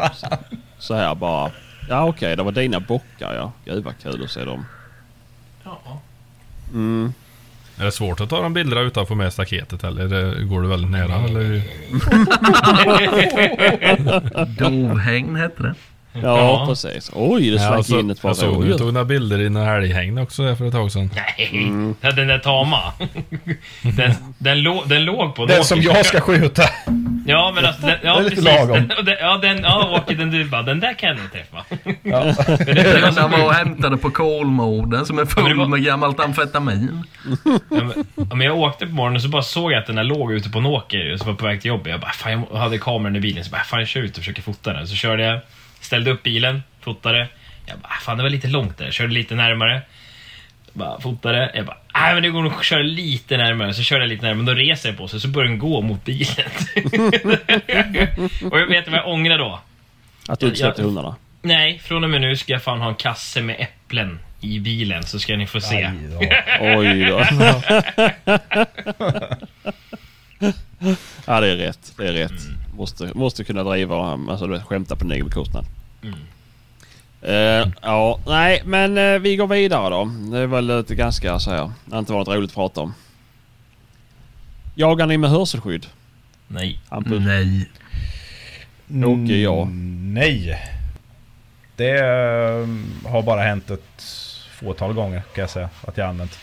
S5: så här bara. Ja okej, det var dina bockar ja. Gud vad kul att se dem.
S7: Ja.
S8: Är det svårt att ta de bilderna utan att få med staketet eller är det, går du väldigt
S7: Mm.
S8: nära? Eller?
S2: Dovhägn hette det.
S5: Ja,
S7: Ja.
S5: precis. Oj, det
S8: Ja,
S5: slank
S8: alltså,
S5: in ett par
S8: jag såg du
S5: rådjur.
S8: tog några bilder i några helghägn också där för ett tag sedan.
S7: Nej, Ja, den där tama. Den, den, lå- den låg på en
S6: Den
S7: åker.
S6: som jag ska skjuta.
S7: Ja, men alltså, den, ja,
S6: Det är lite
S7: precis.
S6: lagom.
S7: Den, ja, den, ja, åker den du bara, den där kan jag nog träffa.
S6: Ja.
S7: Men det, det var så
S2: Den var och
S7: sjukt.
S2: hämtade på Kolmården som är
S7: men det var-
S2: full med gammalt amfetamin.
S7: Ja, men- ja, men jag åkte på morgonen och så bara såg jag att den där låg ute på en åker och så var jag på väg till jobbet. Jag bara, fan, jag må- hade kameran i bilen så bara, fan jag kör ut och försöker fota den. Så körde jag, ställde upp bilen, fotade. Jag bara, fan det var lite långt där. Körde lite närmare. Bara fotade. Jag bara, nej men det går nog att köra lite närmare. Så körde jag lite närmare, men då reser jag på sig så börjar den gå mot bilen. och jag vet vad jag ångrar då?
S5: Att du inte släppte hundarna.
S7: Nej, från och med nu ska jag fan ha en kasse med äpplen i bilen så ska ni få se.
S5: Oj då. ja, det är rätt. Det är rätt. Måste, måste kunna driva, alltså du vet, skämta på din egen bekostnad. Mm. Eh, ja, nej, men eh, vi går vidare då. Det är väl lite ganska så här. Det har inte varit roligt att prata om. Jagar ni med hörselskydd?
S7: Nej.
S5: Hampus?
S2: Nej.
S5: Åker jag.
S6: Mm, Nej. Det eh, har bara hänt ett fåtal gånger kan jag säga att jag använt.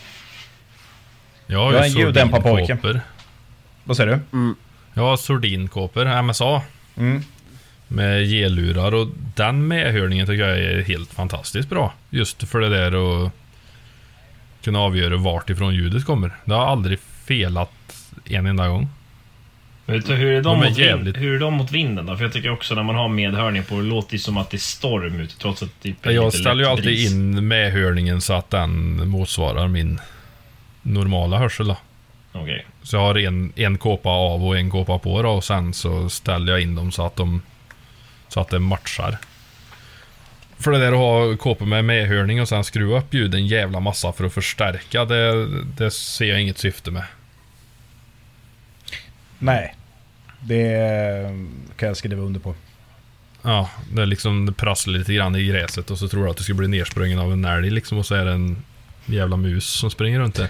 S8: Jag har
S6: Jag är
S8: ju
S6: en ljuddämparpojke.
S8: sordinkåpor.
S6: Vad säger du?
S8: Jag har sordinkåpor, MSA.
S6: Mm.
S8: Med gelurar och den medhörningen tycker jag är helt fantastiskt bra. Just för det där och kunna avgöra vart ifrån ljudet kommer. Det har aldrig felat en enda gång.
S7: Men vet du, hur, är de
S8: De är
S7: mot vind,
S8: jävligt-
S7: hur är de mot vinden då? För jag tycker också när man har medhörning på det låter ju som att det är storm ute trots att det typ är
S8: Jag
S7: lite
S8: ställer ju
S7: lätt
S8: alltid
S7: bris.
S8: in medhörningen så att den motsvarar min normala hörsel då.
S7: Okej.
S8: Så jag har en, en kåpa av och en kåpa på då, och sen så ställer jag in dem så att de så att det matchar. För det där att ha kåpor med medhörning och sen skruva upp ljud en jävla massa för att förstärka det, det ser jag inget syfte med.
S6: Nej. Det eh, kan jag skriva under på.
S8: Ja, det är liksom det prasslar lite grann i gräset och så tror du att du ska bli nersprungen av en älg liksom och så är det en jävla mus som springer runt där.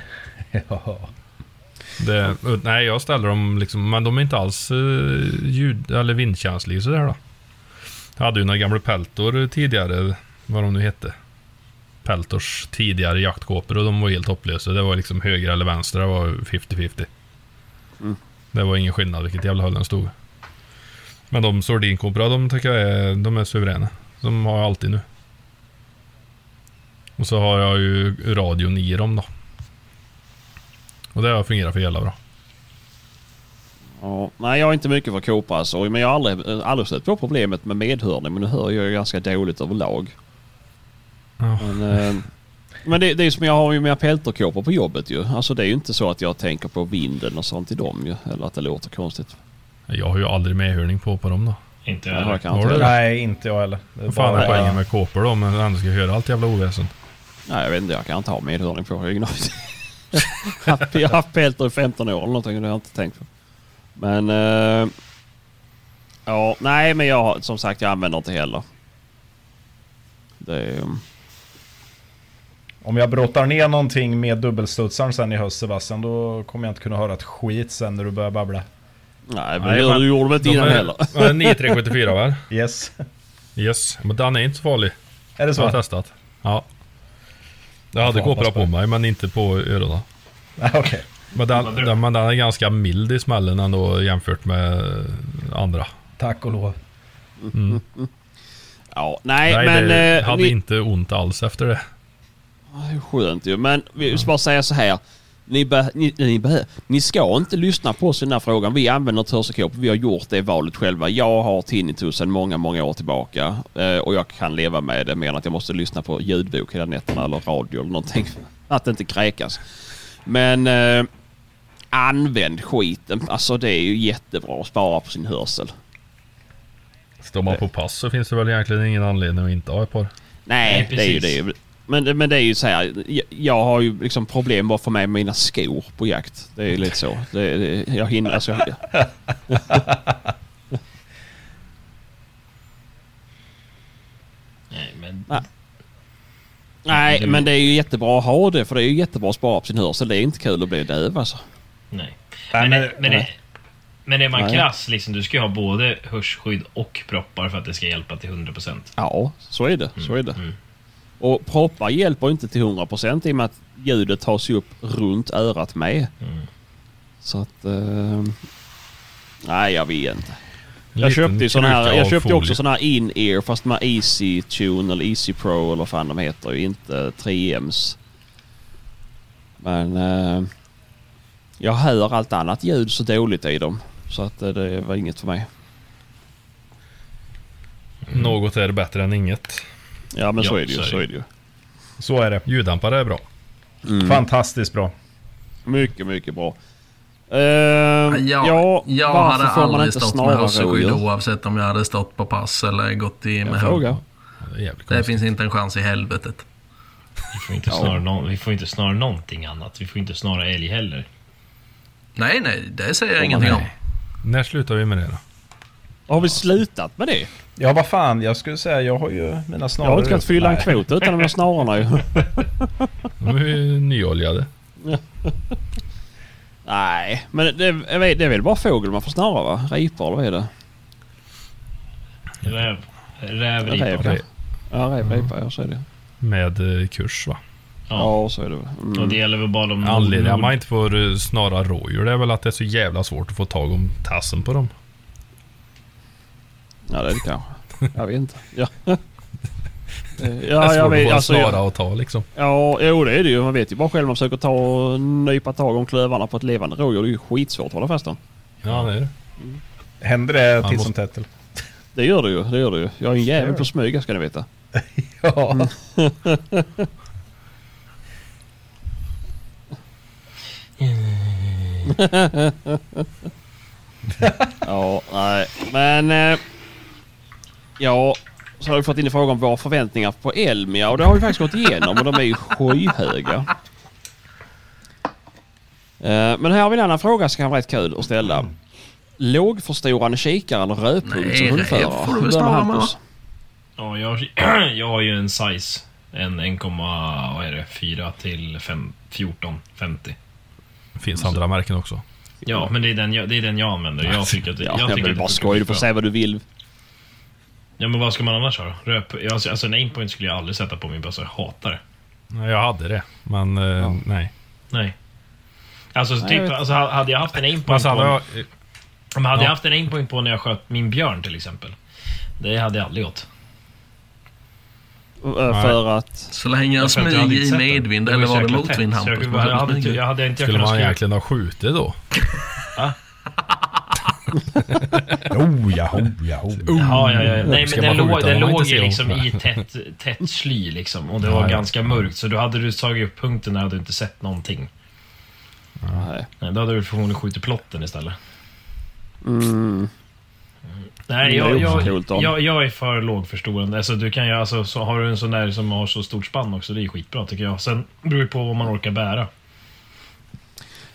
S6: Ja.
S8: Det, nej, jag ställer dem liksom, men de är inte alls eh, ljud eller vindkänsliga sådär då. Jag hade ju några gamla peltor tidigare, vad de nu hette. Peltors tidigare jaktkåpor och de var helt hopplösa. Det var liksom höger eller vänster, det var 50-50. Det var ingen skillnad vilket jävla håll den stod. Men de sordinkobra, de tycker jag är, de är suveräna. De har jag alltid nu. Och så har jag ju radion i dem då. Och det har fungerat för jävla bra.
S5: Ja, nej, jag är inte mycket för kåpa alltså. Men jag har aldrig, eh, aldrig sett på problemet med medhörning. Men nu hör jag ju ganska dåligt överlag.
S8: Ja.
S5: Men, eh, men det, det är som jag har ju mina pelterkåpor på jobbet ju. Alltså det är ju inte så att jag tänker på vinden och sånt i dem ju. Eller att det låter konstigt.
S8: Jag har ju aldrig medhörning på på dem då.
S7: Inte
S5: Det har
S7: jag.
S5: jag kanske
S8: Har du
S5: inte.
S8: det?
S6: Nej, inte jag heller. Det är
S8: Vad fan är
S6: bara-
S8: poängen med kåpor då? Men ändå ska jag höra allt jävla oväsen.
S5: Nej, jag vet inte. Jag kan inte ha medhörning på. Jag har ingen aning. Jag har- jag har haft pelter i 15 år eller någonting. och Det har jag inte tänkt på. Men... eh, ja, nej men jag har- som sagt jag använder inte heller. Det är...
S6: Om jag brottar ner någonting med dubbelstudsaren sen i höst Sebastian, då kommer jag inte kunna höra ett skit sen när du börjar babbla.
S5: Nej, men
S8: Nej,
S5: det
S8: men-
S5: du gjorde väl inte
S8: De
S5: innan
S8: är-
S5: heller?
S8: Ja, 9374 va?
S6: Yes.
S8: Yes. Men den är inte så farlig.
S6: Är det
S8: Jag
S6: så?
S8: har testat. Ja. Jag hade
S6: Jag får
S8: kåpor
S6: hoppas på
S8: på mig men inte på öronen.
S6: Nej, Okej.
S8: Men den, den, men den är ganska mild i smällen ändå jämfört med andra.
S6: Tack och lov.
S5: Ja, nej,
S8: Nej,
S5: men...
S8: det
S5: eh,
S8: hade
S5: ni...
S8: inte ont alls efter det.
S5: Det är skönt ju, men vi vill bara säga så här. Ni, be, ni, ni, be, ni ska inte lyssna på oss i den här frågan. Vi använder ett hörselkåp. Vi har gjort det valet själva. Jag har tinnitus sedan många, många år tillbaka. Eh, och jag kan leva med det mer än att jag måste lyssna på ljudbok hela nätterna eller radio eller någonting. Att det inte kräkas. Men eh, använd skiten. Alltså det är ju jättebra att spara på sin hörsel.
S8: Står man på pass så finns det väl egentligen ingen anledning att inte ha ett par.
S5: Nej,
S7: Nej,
S5: det är ju
S7: precis.
S5: det. Men, men det är ju så här. Jag, jag har ju liksom problem bara att få med mina skor på jakt. Det är ju lite så. Det, det, jag hinner alltså. Jag,
S7: Nej, men
S5: Nej. nej, men det är ju jättebra att ha det. För det är ju jättebra att spara på sin hörsel. Det är inte kul att bli döv alltså.
S7: nej.
S6: Nej,
S7: Men,
S6: men-
S7: men, det, men är man
S5: Nej.
S7: krass, liksom, du ska ju ha både hörskydd och proppar för att det ska hjälpa till 100%.
S5: Ja, så är det. Så är det.
S7: mm.
S5: Och proppar hjälper ju inte till 100% i och med att ljudet tas ju upp runt örat med.
S7: Mm.
S5: Så att... Eh, nej, jag vet inte. Jag köpte ju sån här, jag köpte ju också sån här in-ear fast med Easy Tune eller Easy Pro eller vad fan de heter ju inte 3Ms. Men eh, jag hör allt annat ljud så dåligt i dem. Så att eh, det var inget för mig.
S8: Något är bättre än inget.
S5: Ja men
S7: Ja,
S5: så är det ju.
S7: så är
S5: Så
S7: det.
S5: är det ju.
S6: Så är det.
S8: Ljuddämpare är bra.
S6: Fantastiskt bra.
S5: Mycket, mycket bra. Ehm,
S2: Jag,
S5: ja,
S2: jag
S5: varför
S2: hade
S5: får man
S2: aldrig
S5: inte
S2: stått med
S5: snarare
S2: hörselskydd
S5: rådjur?
S2: oavsett om jag hade stått på pass eller gått i med
S5: Jag frågar.
S2: hund.
S8: Det är jävligt
S2: Det
S8: konstigt.
S2: finns inte en chans i helvetet.
S7: Vi får inte
S5: Ja.
S7: snarare, någon, vi får inte snarare någonting annat. Vi får inte snarare älg heller.
S2: Nej, nej, det säger jag
S5: Åh,
S2: ingenting om.
S5: nej.
S8: När slutar vi med det då?
S5: Har vi slutat med det?
S6: Ja, vad fan. Jag skulle säga, jag har ju mina
S5: Jag
S6: snarare.
S5: har inte kunnat fylla en kvot utan de här snarorna ju.
S8: De är ju nyoljade.
S5: Nej, men det, jag vet- det är väl bara fågel man får snarare va? Ripor eller vad är det?
S7: Räv, räv, ripa.
S5: Räv,
S8: Okej.
S5: Ja, rev, repa, ja så är det.
S8: Med eh, kurs va?
S7: Ja.
S5: Ja, så är det väl.
S7: Och
S5: Mm.
S7: det gäller väl bara de
S8: Anledningen
S7: nord-
S8: man inte får eh, snara rådjur det är väl att det är så jävla svårt att få tag om tassen på dem.
S5: Ja, det är det kanske. Jag vet inte. Ja,
S8: det är
S5: ja
S8: svårt
S5: jag
S8: att
S5: vet.
S8: få
S5: Alltså,
S8: en snara
S5: ja,
S8: att ta liksom.
S5: ja, jo det är det ju. Man vet ju bara själv man försöker ta och nypa tag om klövarna på ett levande rådjur. Det är ju skitsvårt att hålla fast dem.
S8: Ja, det är det.
S6: Händer det
S8: Man
S6: titt
S8: måste-
S6: som tätt? eller?
S5: Det gör det ju. Det gör det ju. Jag är en jävel på smyga ska ni veta.
S6: Ja.
S5: Ja, nej. Men... Eh, ja, så har vi fått in en fråga om våra förväntningar på Elmia och det har vi faktiskt gått igenom och de är ju skyhöga. Eh, men här har vi en annan fråga som kan vara rätt kul att ställa. Lågförstorande kikare eller rödpunkt som
S2: Nej, det
S5: hundförare?
S2: får du väl
S5: Börjar med
S2: snarare med,
S5: Hampus.
S7: Ja, jag, jag har ju en size. En 1,4 till fem- 14, 50.
S8: Det finns
S5: Alltså-
S8: andra märken också.
S7: Ja, men det är den jag, det är den jag använder. Jag tycker att,
S5: Ja, jag
S7: tycker
S5: vill
S7: att
S5: bara
S7: det
S5: skoja. Du
S7: funkar
S5: får
S7: bra.
S5: säga vad du vill. eh,
S7: Ja, men vad ska man annars ha då? Röp, alltså, alltså en aimpoint skulle jag aldrig sätta på min bössa. Jag hatar det.
S8: Nej, Jag hade det, men eh, nej.
S7: Nej. Alltså,
S5: jag
S7: typ,
S5: vet.
S7: alltså, hade jag haft en aimpoint
S8: Alltså,
S7: på
S8: hade
S7: en-
S8: jag,
S7: Men hade jag haft en aimpoint på när jag sköt min björn till exempel. Det hade aldrig gått.
S5: Eh, För att...
S2: Så länge han
S7: Jag tror att jag hade
S2: smyger i
S7: inte sett den.
S2: medvind
S7: Det var
S2: eller var
S7: ju så
S2: det
S7: jäkla
S2: motvind
S7: tätt, så
S2: Hampus?
S7: jag-
S2: Men
S7: Jag
S2: han
S7: hade inte
S2: smyger.
S7: jag hade inte
S8: Skulle
S7: kunnat
S8: man
S7: skriva-
S8: egentligen ha skjutit då?
S6: Oh ja, oh ja, oh ja.
S7: Ja, ja, ja. Nej,
S8: Mm. Ska
S7: men
S8: man
S7: den, låg,
S8: skjuta
S7: den
S8: om man
S7: låg
S8: inte
S7: ju
S8: ser
S7: liksom
S8: dem?
S7: i tätt, tätt sly liksom. Och det var
S8: ja.
S7: ganska mörkt. Så då hade du tagit upp punkten där hade du inte sett någonting.
S5: Nej.
S7: Nej, då hade du förmodligen skjutit plotten istället.
S5: Mm.
S7: Nej, jag, jag,
S5: Coolt om.
S7: jag, jag är för lågförstorande. Alltså, du kan ju, alltså, så har du en sån där som har så stort spann också, det är ju skitbra tycker jag. Sen beror det på vad man orkar bära.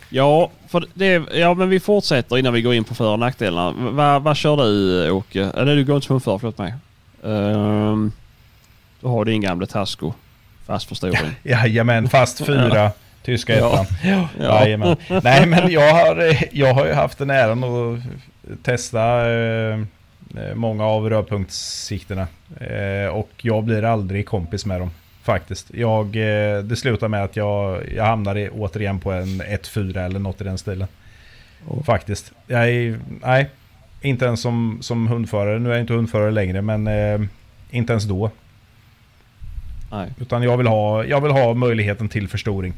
S5: Ja, för det, ja, men vi fortsätter innan vi går in på för och nackdelarna. V- Vad vad kör du Åke? Eller du går inte som för, förlåt mig. Um, du har din gamla Tasco. Fast förstoring.
S6: Jajamän, fast fyra. Tyska ettan.
S5: Ja.
S6: Jajamän. Nej men jag har, jag har ju haft den äran att testa eh, många av rödpunktssikterna. Eh, och jag blir aldrig kompis med dem. Faktiskt. Jag, eh, det slutar med att jag, jag hamnar i, återigen på en 1-4 eller något i den stilen. Faktiskt. Jag är, nej, inte ens som, som hundförare. Nu är jag inte hundförare längre men eh, inte ens då.
S5: Nej.
S6: Utan jag vill ha, jag vill ha möjligheten till förstoring.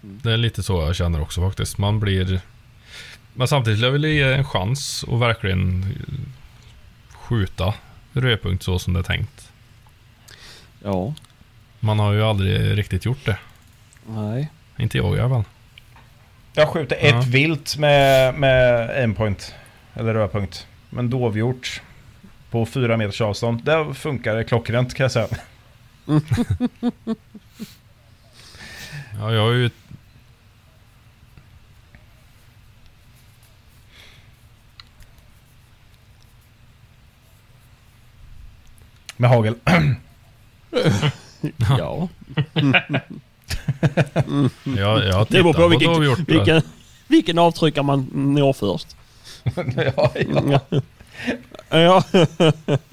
S8: Det är lite så jag känner också faktiskt. Man blir... Men samtidigt vill jag vilja ge en chans och verkligen eh, skjuta rödpunkt så som det är tänkt.
S5: Ja.
S8: Man har ju aldrig riktigt gjort det.
S5: Nej.
S8: Inte jag i alla fall.
S6: Jag skjuter
S8: Ja.
S6: ett vilt med, med aimpoint. Eller rödpunkt. Men dovhjort. På fyra meters avstånd. Där funkar det klockrent kan jag säga.
S8: Ja, jag har ju...
S6: Med hagel.
S5: Ja.
S8: Jag, jag har
S5: Det beror
S8: tittat
S5: på
S8: på vilket,
S5: vilken,
S8: dovhjort.
S5: vilken, vilken avtryckare man når först.
S6: ja, ja.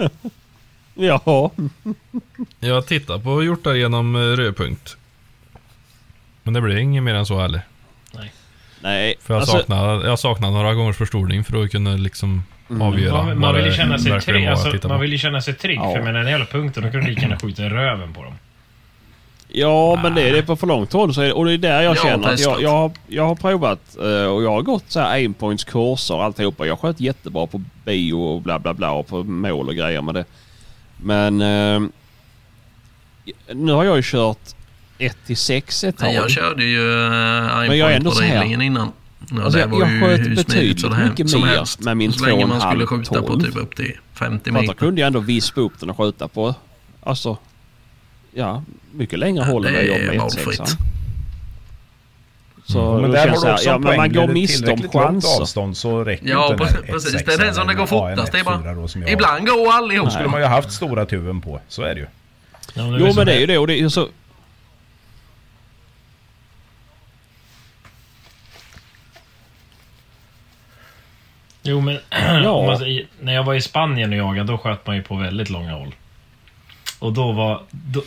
S5: Ja. ja.
S8: Jag har tittat på hjortar genom eh, rödpunkt. Men det blir inget mer än så heller.
S5: Nej.
S8: För jag,
S5: alltså,
S8: saknar, jag saknar några gångers förstoring för att kunna liksom
S5: Mm.
S8: avgöra.
S7: Man,
S8: vad
S7: man, vill ju
S8: det
S7: känna sig
S8: verkligen
S7: trygg,
S8: var jag
S7: alltså,
S8: tittar
S7: man
S8: på.
S7: vill ju känna sig trygg.
S5: Ja.
S7: För med den jävla punkten, då kan du lika gärna skjuta i röven på dem.
S5: Ja, men det är det på för långt håll. Så är det, och det är där jag
S2: Ja,
S5: känner att jag,
S2: testat.
S5: jag, har- jag har provat eh, och jag har gått så här aimpoints kurser och alltihopa. Jag sköt jättebra på bio och bla bla bla och på mål och grejer med det. Men eh, nu har jag ju kört 1 till 6 ett tag.
S2: Nej, jag körde ju eh,
S5: Men jag är
S2: iPhone
S5: ändå
S2: på
S5: så här.
S2: reglingen innan. Ja,
S5: Alltså,
S2: det
S5: jag-
S2: var
S5: jag
S2: ju
S5: sköt
S2: hur smidigt
S5: betydligt
S2: så det här
S5: mycket
S2: som
S5: mer
S2: helst.
S5: med min
S2: så länge man
S5: 2,5
S2: skulle skjuta på
S5: tolv.
S2: typ upp till 50
S5: För att då
S2: meter.
S5: kunde jag ändå vispa upp den och skjuta på. Alltså, ja, mycket längre håll
S2: det
S5: än vad jag gör
S2: är Mm,
S5: med 1 6
S2: valfritt.
S5: Så
S6: Men
S5: då
S6: där har
S5: känns det
S6: du
S5: här,
S6: också
S5: ja,
S6: en
S5: men
S6: poäng.
S5: man går
S6: Blir det
S5: miste om
S6: tillräckligt långt
S5: chanser.
S6: avstånd så räcker
S2: Ja,
S6: inte den här
S2: precis.
S6: 1.6
S2: Det är den som det går
S6: eller en
S2: fortast. Det är bara-
S6: 1.4 då som jag har.
S2: Ibland går allihop.
S6: skulle man ju ha haft stora tuben på. Så är det ju.
S7: Ja, men
S5: Jo
S7: som
S5: men det är ju det och det är ju så...
S7: Jo, men om man,
S5: Ja.
S7: säger- när jag var i Spanien och jagade, då sköt man ju på väldigt långa håll. Och då var... Då...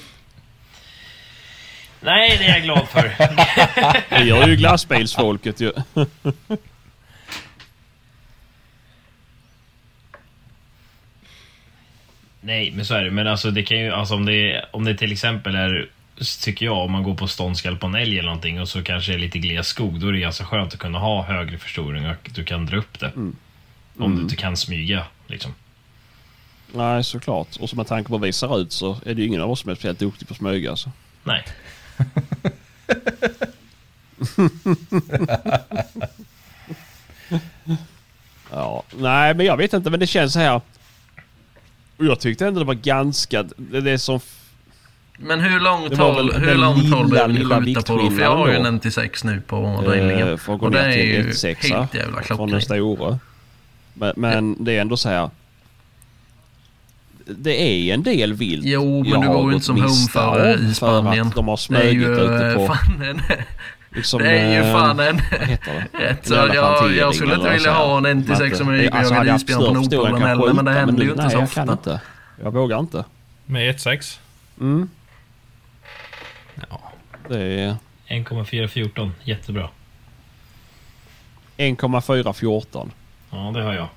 S7: Nej, det är jag glad för.
S5: Det gör ju glassbilsfolket ju.
S7: Nej, men så är det. Men alltså, det kan ju, alltså om, det, om det till exempel är, tycker jag, om man går på ståndskall på en älg eller någonting och så kanske det är lite gles skog, då är det ganska skönt att kunna ha högre förstoring och du kan dra upp det. Om du inte kan smyga, liksom.
S5: Nej såklart. Och så med tanke på hur vi ser ut så är det ju ingen av oss som är speciellt duktig på att smyga alltså.
S7: Nej.
S5: Ja. Nej men jag vet inte men det känns så här. Och jag tyckte ändå det var ganska... Det, det är som...
S2: Men hur långt
S5: Det var
S2: håll,
S5: väl
S2: hur
S5: den
S2: långt håll
S5: lilla,
S2: behöver ni
S5: lilla
S2: skjuta på då? För jag har ju
S5: viktskillnaden då.
S2: en till 6 nu på
S5: eh,
S2: reglingen.
S5: För att gå
S2: Och det
S5: ner
S2: är
S5: till en
S2: ju
S5: 1,6
S2: helt jävla
S5: Från den
S2: klockrent.
S5: stora. Men, men det är ändå så här. Det är en del vilt.
S2: Jo, men
S5: jag
S2: du
S5: har
S2: går ju
S5: gått
S2: inte som
S5: miste
S2: homeförare
S5: om
S2: i Spanien.
S5: För att de
S2: Det
S5: har
S2: är
S5: smugit
S2: ju
S5: ute
S2: eh,
S5: på...
S2: fan en...
S5: liksom,
S2: Det är ju
S5: eh,
S2: fan en...
S5: Vad heter det?
S2: Ett, så
S5: En jävla
S2: jag,
S5: plantering
S2: jag skulle inte
S5: eller
S2: vilja
S5: så här.
S2: ha en NT6 som jag gick och
S5: Alltså, hade
S2: jagade
S5: jag
S2: isbjörn på
S5: haft större
S2: Nordpolen
S5: storlek
S2: heller,
S5: kan
S2: men det
S5: jag
S2: händer ju
S5: skjuta, men
S2: inte så
S5: nej, Jag kan
S2: ofta.
S5: inte. Jag vågar inte.
S8: Med 1,6?
S5: Mm. Det är...
S7: 1,414, jättebra.
S5: 1,414.
S7: Ja, det har jag.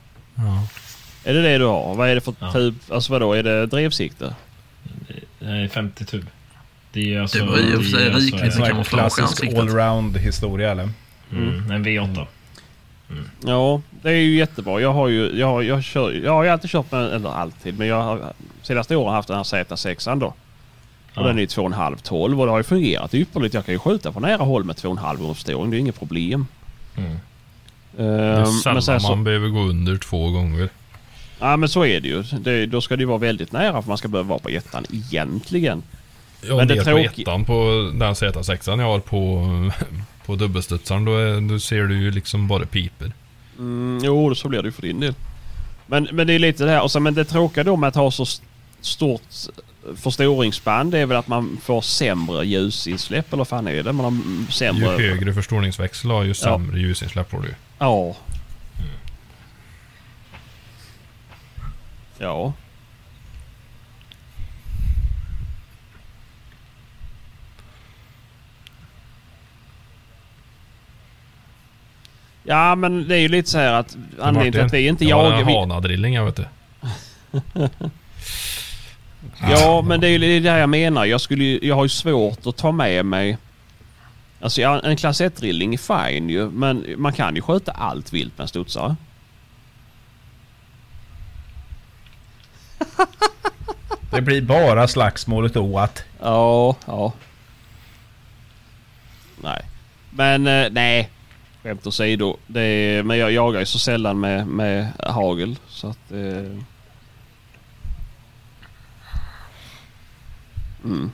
S5: Är det det du har? Vad är det för
S7: Ja.
S5: typ? Alltså vadå? Är det drevsikte?
S7: Eh, 50 tub. Det är alltså...
S2: Det var i och för sig
S7: det är
S2: rikligt
S7: alltså
S6: Sån
S2: mycket.
S7: en-
S6: här
S2: kamouflage i
S6: klassisk
S2: ansiktet.
S6: allround historia eller?
S7: Mm, en V8.
S5: Ja, det är ju jättebra. Jag har ju jag, har- jag kör, jag har ju alltid kört med, eller alltid, men jag har senaste åren haft den här Z6an då. Och
S7: Ja.
S5: den är ju 2,5 12 och det har ju fungerat ypperligt. Jag kan ju skjuta på nära håll med 2,5 uppstoring. Det är inget problem.
S7: Mm.
S8: Det
S5: Ehm,
S8: är
S5: men, sen
S8: sällan
S5: så,
S8: man behöver gå under två gånger.
S5: ja, men så är det ju. Det, då ska det ju vara väldigt nära för man ska behöva vara på ettan egentligen.
S8: Ja,
S5: Men
S8: men
S5: det
S8: det på
S5: tråki-
S8: ettan på den Z6 jag har på, på dubbelstudsaren, då, är, då ser du ju liksom bara piper.
S5: Mm, jo, så blir det ju för din del. Men, men det är lite det här. Och sen, men det tråkiga då med att ha så st- stort förstoringsspann det är väl att man får sämre ljusinsläpp eller vad fan är det? Man har mm,
S8: Ju
S5: sämre...
S8: högre förstoringsväxel har ju sämre ljusinsläpp får du ju. Mm.
S5: Ja. Ja. Ja men det är ju lite så här att anledningen till att vi inte
S8: Jag har
S5: jagar...
S8: en
S5: vi-
S8: hanadrilling jag vet du.
S5: Ja, men det är ju det, är det jag menar. Jag, skulle, ju- jag har ju svårt att ta med mig... Alltså ja, en klass 1-drilling är fine ju, men man kan ju skjuta allt vilt med en studsare.
S6: Det blir bara slagsmålet oat.
S5: Ja, ja. Nej. Men eh, nej. Skämt åsido. Det är, men jag jagar ju så sällan med, med hagel så att... Eh. Mm.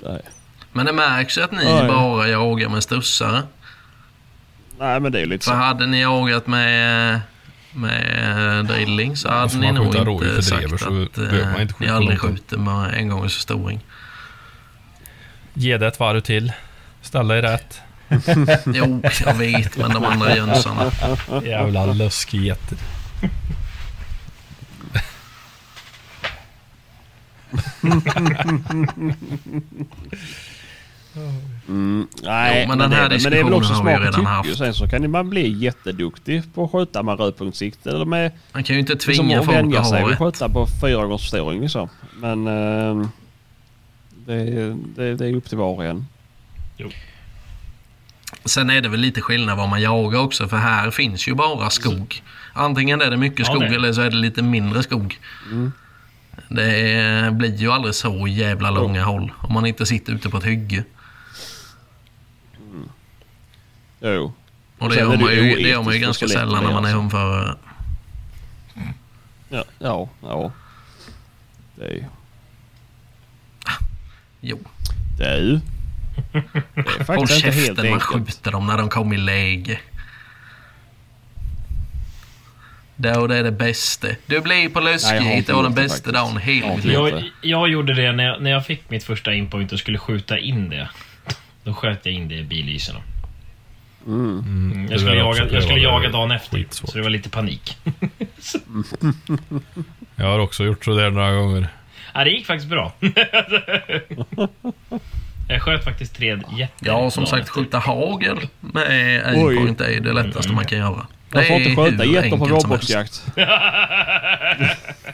S5: Nej.
S2: Men det märks ju att ni
S5: Oj.
S2: bara jagar med strussar.
S5: nej men det är ju lite
S2: För
S5: så.
S2: hade ni jagat med, med eh, drilling så hade
S8: får
S2: ni
S8: man
S2: nog
S8: skjuta rådjur
S2: inte
S8: för
S2: sagt
S8: drever så
S2: att
S8: behöver man
S2: eh,
S8: inte
S2: ni
S8: skjuta
S2: aldrig
S8: någonting.
S2: skjuter med en gångs förstoring.
S8: Ge det ett varv till. Ställ dig rätt.
S2: Jo, jag vet, men de andra jönsarna.
S8: Jävla löskgetter.
S5: Mm, nej,
S2: Jo, men den
S5: det är
S2: här
S5: väl- men det är väl också
S2: diskussionen har vi
S5: smak och
S2: redan haft.
S5: tycke. ju. Sen så kan ju man bli jätteduktig på att skjuta med rödpunktssikte eller med
S2: Man kan ju inte
S5: Som
S2: tvinga folk
S5: vänja
S2: att
S5: sig
S2: ha
S5: vid att
S2: ett.
S5: sköta på fyra gångers förstoring liksom. Men eh, det, är- det, det är upp till var och en.
S2: Sen är det väl lite skillnad vad man jagar också, för här finns ju bara skog. Antingen är det mycket
S7: Ja,
S2: skog
S7: det.
S2: eller så är det lite mindre skog.
S5: Mm.
S2: Det är, blir ju aldrig så jävla långa håll om man inte sitter ute på ett hygge.
S5: Jo.
S2: Och det
S5: Sen
S2: gör,
S5: är det
S2: man
S5: ju
S2: ju, det gör man ju
S5: oetiskt
S2: ganska
S5: och så lätt
S2: sällan
S5: det
S2: när man är
S5: alltså.
S2: hundförare.
S5: Ja. Ja. ja. Det är ju...
S2: Ah, Jo,
S5: Det är ju... Det är
S2: håll
S5: faktiskt inte helt
S2: käften, man
S5: enkelt.
S2: skjuter dem när de kommer i läge. Det, och det är det bästa. Du blir på
S5: Nej, jag har
S2: lösgigt,
S5: inte
S2: det var den
S5: gjort det
S2: bästa dagen
S5: faktiskt. Jag har
S2: hela
S5: inte
S2: livet.
S5: Vet
S7: Jag, jag gjorde det när jag, när jag fick mitt första inpoint och skulle skjuta in det. Då sköt jag in det i billyserna. Mm,
S8: det
S7: jag, skulle
S8: där också
S7: jaga,
S8: kan
S7: jag skulle
S8: vara
S7: jaga dagen efter,
S8: skitsvårt.
S7: så det var lite panik.
S8: Jag har också gjort sådär några gånger.
S7: Ja, det gick faktiskt bra. jag sköt faktiskt tre jätte...
S2: Ja, som
S7: dagen
S2: sagt,
S7: efter.
S2: skjuta hagel med
S5: Oj.
S2: aimpoint är det lättaste man kan göra.
S5: Man får
S2: Det
S5: inte
S2: är
S5: skjuta
S2: hur
S5: getter på
S2: enkelt som helst.
S5: vårbocksjakt.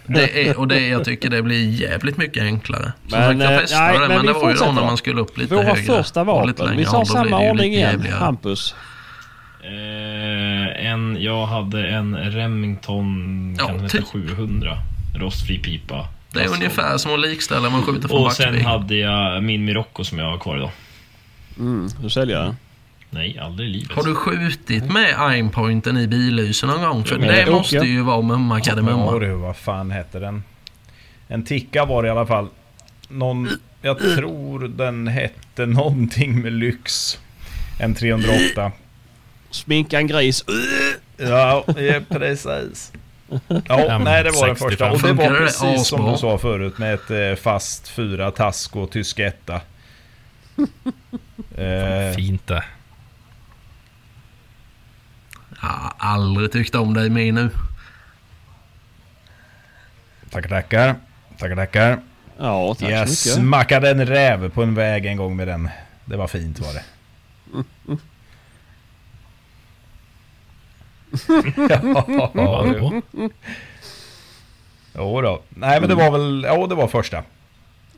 S2: Det är, och det, jag tycker det blir jävligt mycket enklare. Som
S5: Men,
S2: sagt,
S5: eh,
S2: jag testade
S5: nej,
S2: det,
S5: men
S2: men
S5: vi
S2: det var ju då
S5: fortsätter.
S2: när man skulle upp lite
S5: Våra
S2: högre.
S5: första
S2: och lite
S5: vapen. Vi
S2: längre håll,
S5: tar
S2: då blir det
S5: samma
S2: ju
S5: ordning
S2: lite
S5: igen.
S2: jävligare.
S5: Hampus.
S7: Eh, en, jag hade en Remington
S2: Ja,
S7: kan den heta
S2: typ.
S7: 700. Rostfri pipa.
S2: Det är
S7: Alltså,
S2: ungefär som att likställa man skjuter från
S7: Och sen
S2: backspegeln.
S7: hade jag min Mirocco som jag har kvar idag.
S5: Mm, du säljer den.
S7: Nej, aldrig i livet.
S2: Har du skjutit med aimpointen i billysen någon gång? För
S5: Nej,
S2: det
S5: okej.
S2: måste ju vara mumma
S6: Ja
S2: kardemumma.
S6: du, vad fan hette den? En ticka var det i alla fall. Någon, jag tror den hette någonting med lyx. En 308.
S5: Sminka en gris.
S6: Ja, ja, precis. Ja,
S8: Mm,
S6: nej det var den första. Och det
S2: Funkar
S6: var
S2: det
S6: precis som
S2: asbra?
S6: du sa förut med ett eh, fast fyra task och tysk etta. Eh,
S8: Fint det.
S2: Jag har aldrig tyckt om dig mer nu.
S6: tackar, tackar. Tackar, tackar.
S5: Ja, tack
S6: Jag
S5: så mycket.
S6: smackade en räv på en väg en gång med den. Det var fint var det. ja,
S8: Vadå?
S6: jo då. Nej men det var väl, ja det var första.